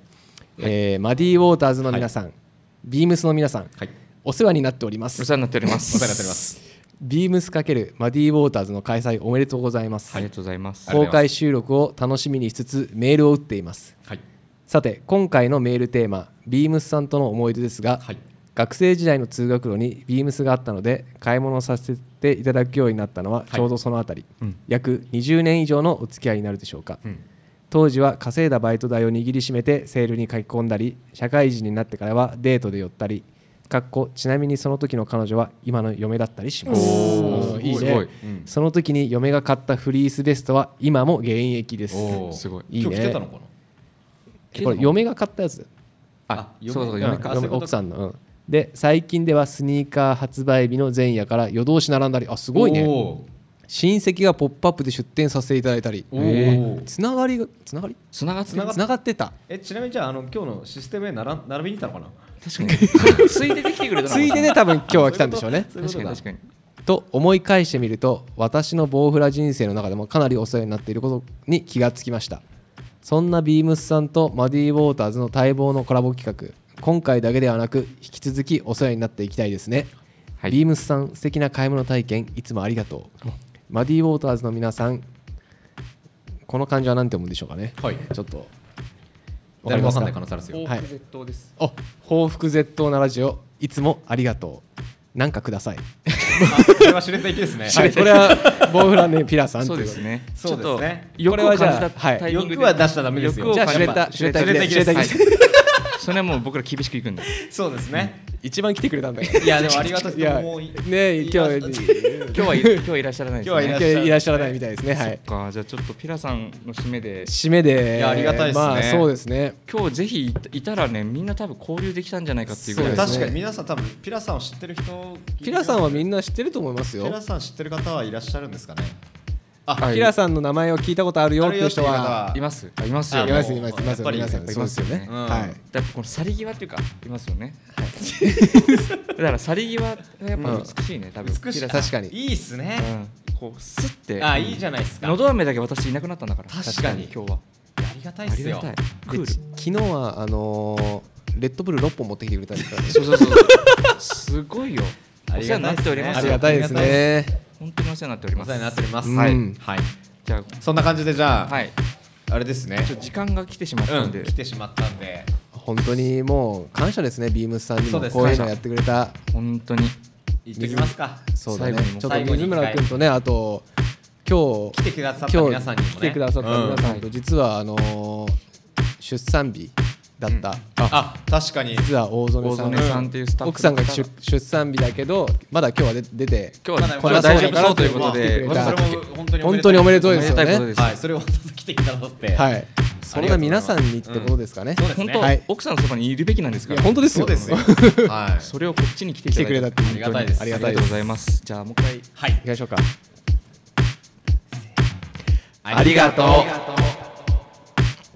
C: えーマディ・ウォーターズの皆さん、ビームスの皆さん、
E: はい。
C: お世話になっておりま
D: お
C: す
D: 世話になっております。
E: お世話になっております。
C: ビームス×マディ・ウォーターズの開催おめでとうございます、
D: ありがとうございます。
E: はい
C: 公開収録を楽しみにしつつメールを打っています
E: はい。
C: さて今回のメールテーマビームスさんとの思い出ですが、
E: はい。
C: 学生時代の通学路にビームスがあったので買い物をさせていただくようになったのはいちょうどそのあたり、約20年以上のお付き合いになるでしょうか、当時は稼いだバイト代を握りしめてセールに書き込んだり社会人になってからはデートで寄ったりかっこちなみにその時の彼女は今の嫁だったりしますうんいい
D: すごい
C: ねその時に嫁が買ったフリースベストは今も現役です
E: おー
D: すごい
C: いい
E: 今
C: ね
E: 日来てたのかな。
C: これ嫁が買ったやつだよ
E: あ嫁
D: そうそう
E: うん
D: 嫁
E: あ
D: か
E: そうい
C: 嫁
E: うこと
C: 奥さんの、うんで最近ではスニーカー発売日の前夜から夜通し並んだりあすごいね
E: おー
C: 親戚が「ポップアップで出店させていただいたり
E: おー
C: つながりがつながり
D: つながって
E: つながっ
C: つながってた
E: えちなみにじゃああの今日のシステムへなら並びに行ったのか
D: 確かについでできてくれたの
C: ついでで多分今日は来たんでしょうね
E: そういうこ
D: 確
E: と
D: かに
E: だ
D: 確かに
C: と思い返してみると私のボウフラ人生の中でもかなりお世話になっていることに気がつきましたそんなビームスさんとマディ・ウォーターズの待望のコラボ企画今回だけではなく引き続きお世話になっていきたいですね、
D: はい
C: ビームスさん素敵な買い物体験いつもありがとうマディ・ウォーターズの皆さんこの漢字は何て読むんでしょうかね
E: なはい
C: ちょっとわか
E: 誰
C: り
E: も
C: ま
E: わ
C: す
E: かん
C: か
E: ない可能性あるんですよ
C: はい
D: 絶倒です
C: お報復絶倒なラジオいつもありがとうなんかください
E: あこれは知れたですね
C: はい、これはボウフラネピラさんと
D: そ
C: いう
D: うで
C: こと
D: すね
E: そうですね
D: ちょっと欲を感じたタイミング
E: 欲
D: で
E: は出しちゃダメですよ
D: 欲を
C: じゃあ
D: 感
C: シュレ
D: じた
C: ッダーシュレッダー
E: シュレッダー
C: で
E: で
C: シ
E: す
C: ュレッダーで
D: それはもう僕ら厳しくいくんで
E: そうですね
C: 一番来てくれたんだよ
E: いやでもありがたく
C: い
E: て
C: や
E: もうい
C: ね今日
D: 今日はい今日はいらっしゃらないです
E: 今日はい
D: ね
E: ら
C: 今日
E: っしゃる
C: いらっしゃらないみたいですねはい
D: そっかじゃあちょっとピラさんの締めで
C: 締めで
E: いやありがたいですね
C: まあそうですね
D: 今日ぜひいたいたらねみんな多分交流できたんじゃないかっていうぐらい
C: そうですね
E: 確かに皆さん多分ピラさんを知ってる人
C: ピラさんはみ
E: なん
C: な知ってると思います
E: ピラ
C: よ
E: さん知ってる方はいらっしゃるんですかね
C: ピラさんの名前を聞いたことあるよっていう人は
E: ある
D: い
E: よ
D: ますいますよ
E: あ
C: い
E: も
C: ま
E: う
C: すいますいます
E: やっぱり
C: 皆さん
D: やっぱい
C: そう
D: ま
C: ですす
D: よ
C: よ
D: ね
C: ね
E: うん
C: はい
D: だからこの去り際っていうかいますよねだから去り際がやっぱ美しいね多分
E: 美しい
D: ピラさん
C: 確かに
E: いいっすね
D: うんこうスッて
E: あいいじゃないですか
D: のど飴だけ私いなくなったんだから
E: 確かに
D: 今日は
E: ありがたいっ
D: あり
E: す
D: が
E: よ
D: たいク
C: で
D: ール
C: ち昨日はあのーレッドブル6本持ってきてくれたんですからね
D: そうそうそうすごいよお
E: あり
D: 世話
E: が
D: にない
E: たっすね
D: っておりま
C: あ
D: す
C: りがたいですね
D: 本当にお世話になっており
E: お
D: ま
E: 世
D: す
E: 話になっております
C: うん
E: はいはい
D: じゃ
E: そんな感じでじゃ
D: あ
E: あ
D: はい
E: あれですね
D: ちょっと時間が来てしまっ
E: う
D: たんで
E: ん来てしまったんで
C: 本当にもう感謝ですねビームスさんに
E: そ
C: も
E: うです
C: こういうのやってくれた
D: 本当に
E: 行ってきますか
C: そうだね
D: 最後にも
C: ちょっと
E: 最後に
C: 水村君とねあと今日
E: 来てくださった
C: 今
E: 皆さんにも
C: 日来
E: ね
C: てくださった皆さん
D: う
C: と実はあのー出産日だった
E: あ確かに
C: 実は大
D: 大
C: 曽
D: 曽
C: 根
D: 根
C: さん
D: さんっていうスタッフの方
C: 奥さんが出出産日だけどまだ今日は出出て
D: 今日
E: ま
D: は
E: だ
D: これは
E: まだ
D: 大丈夫そうということで
C: まだ
E: それ
C: ま
E: も本当に
C: 本当におめでとう
E: で
C: ですよ
D: おめでたいこと
C: ね
D: です
E: はいそれをわざわざ来てくださって
C: はいそれが皆さんにっ
E: ありがとうござい
C: て
E: ます
C: ことですかね
E: うんそうです
D: 本
E: ね
D: 当、
C: はい
D: 奥さんのそばにいるべきなんです
C: い
D: から
C: や本当ですよ
E: よ。
C: 行
E: はい。
D: それをこっちに来てい
C: 来
D: た
C: て
D: だ
C: く
D: い
C: れ
D: た
C: たって本当に
E: ありがたいです
C: あ
D: あ
C: り
D: り
C: が
D: が
C: た
D: と
C: いうで
D: ご
C: す
D: ざいますじゃあもう一回
E: はい
C: 行き。ましょうか
E: ありがとう。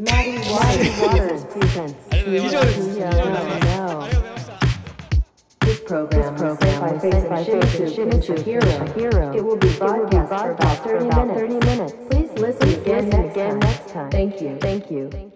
A: Maddie Waters presents. Tuya This program is set by Face and Shake to Signature Hero. Hero. It will be broadcast for about 30 minutes. Please listen again next time. Thank you. Thank you.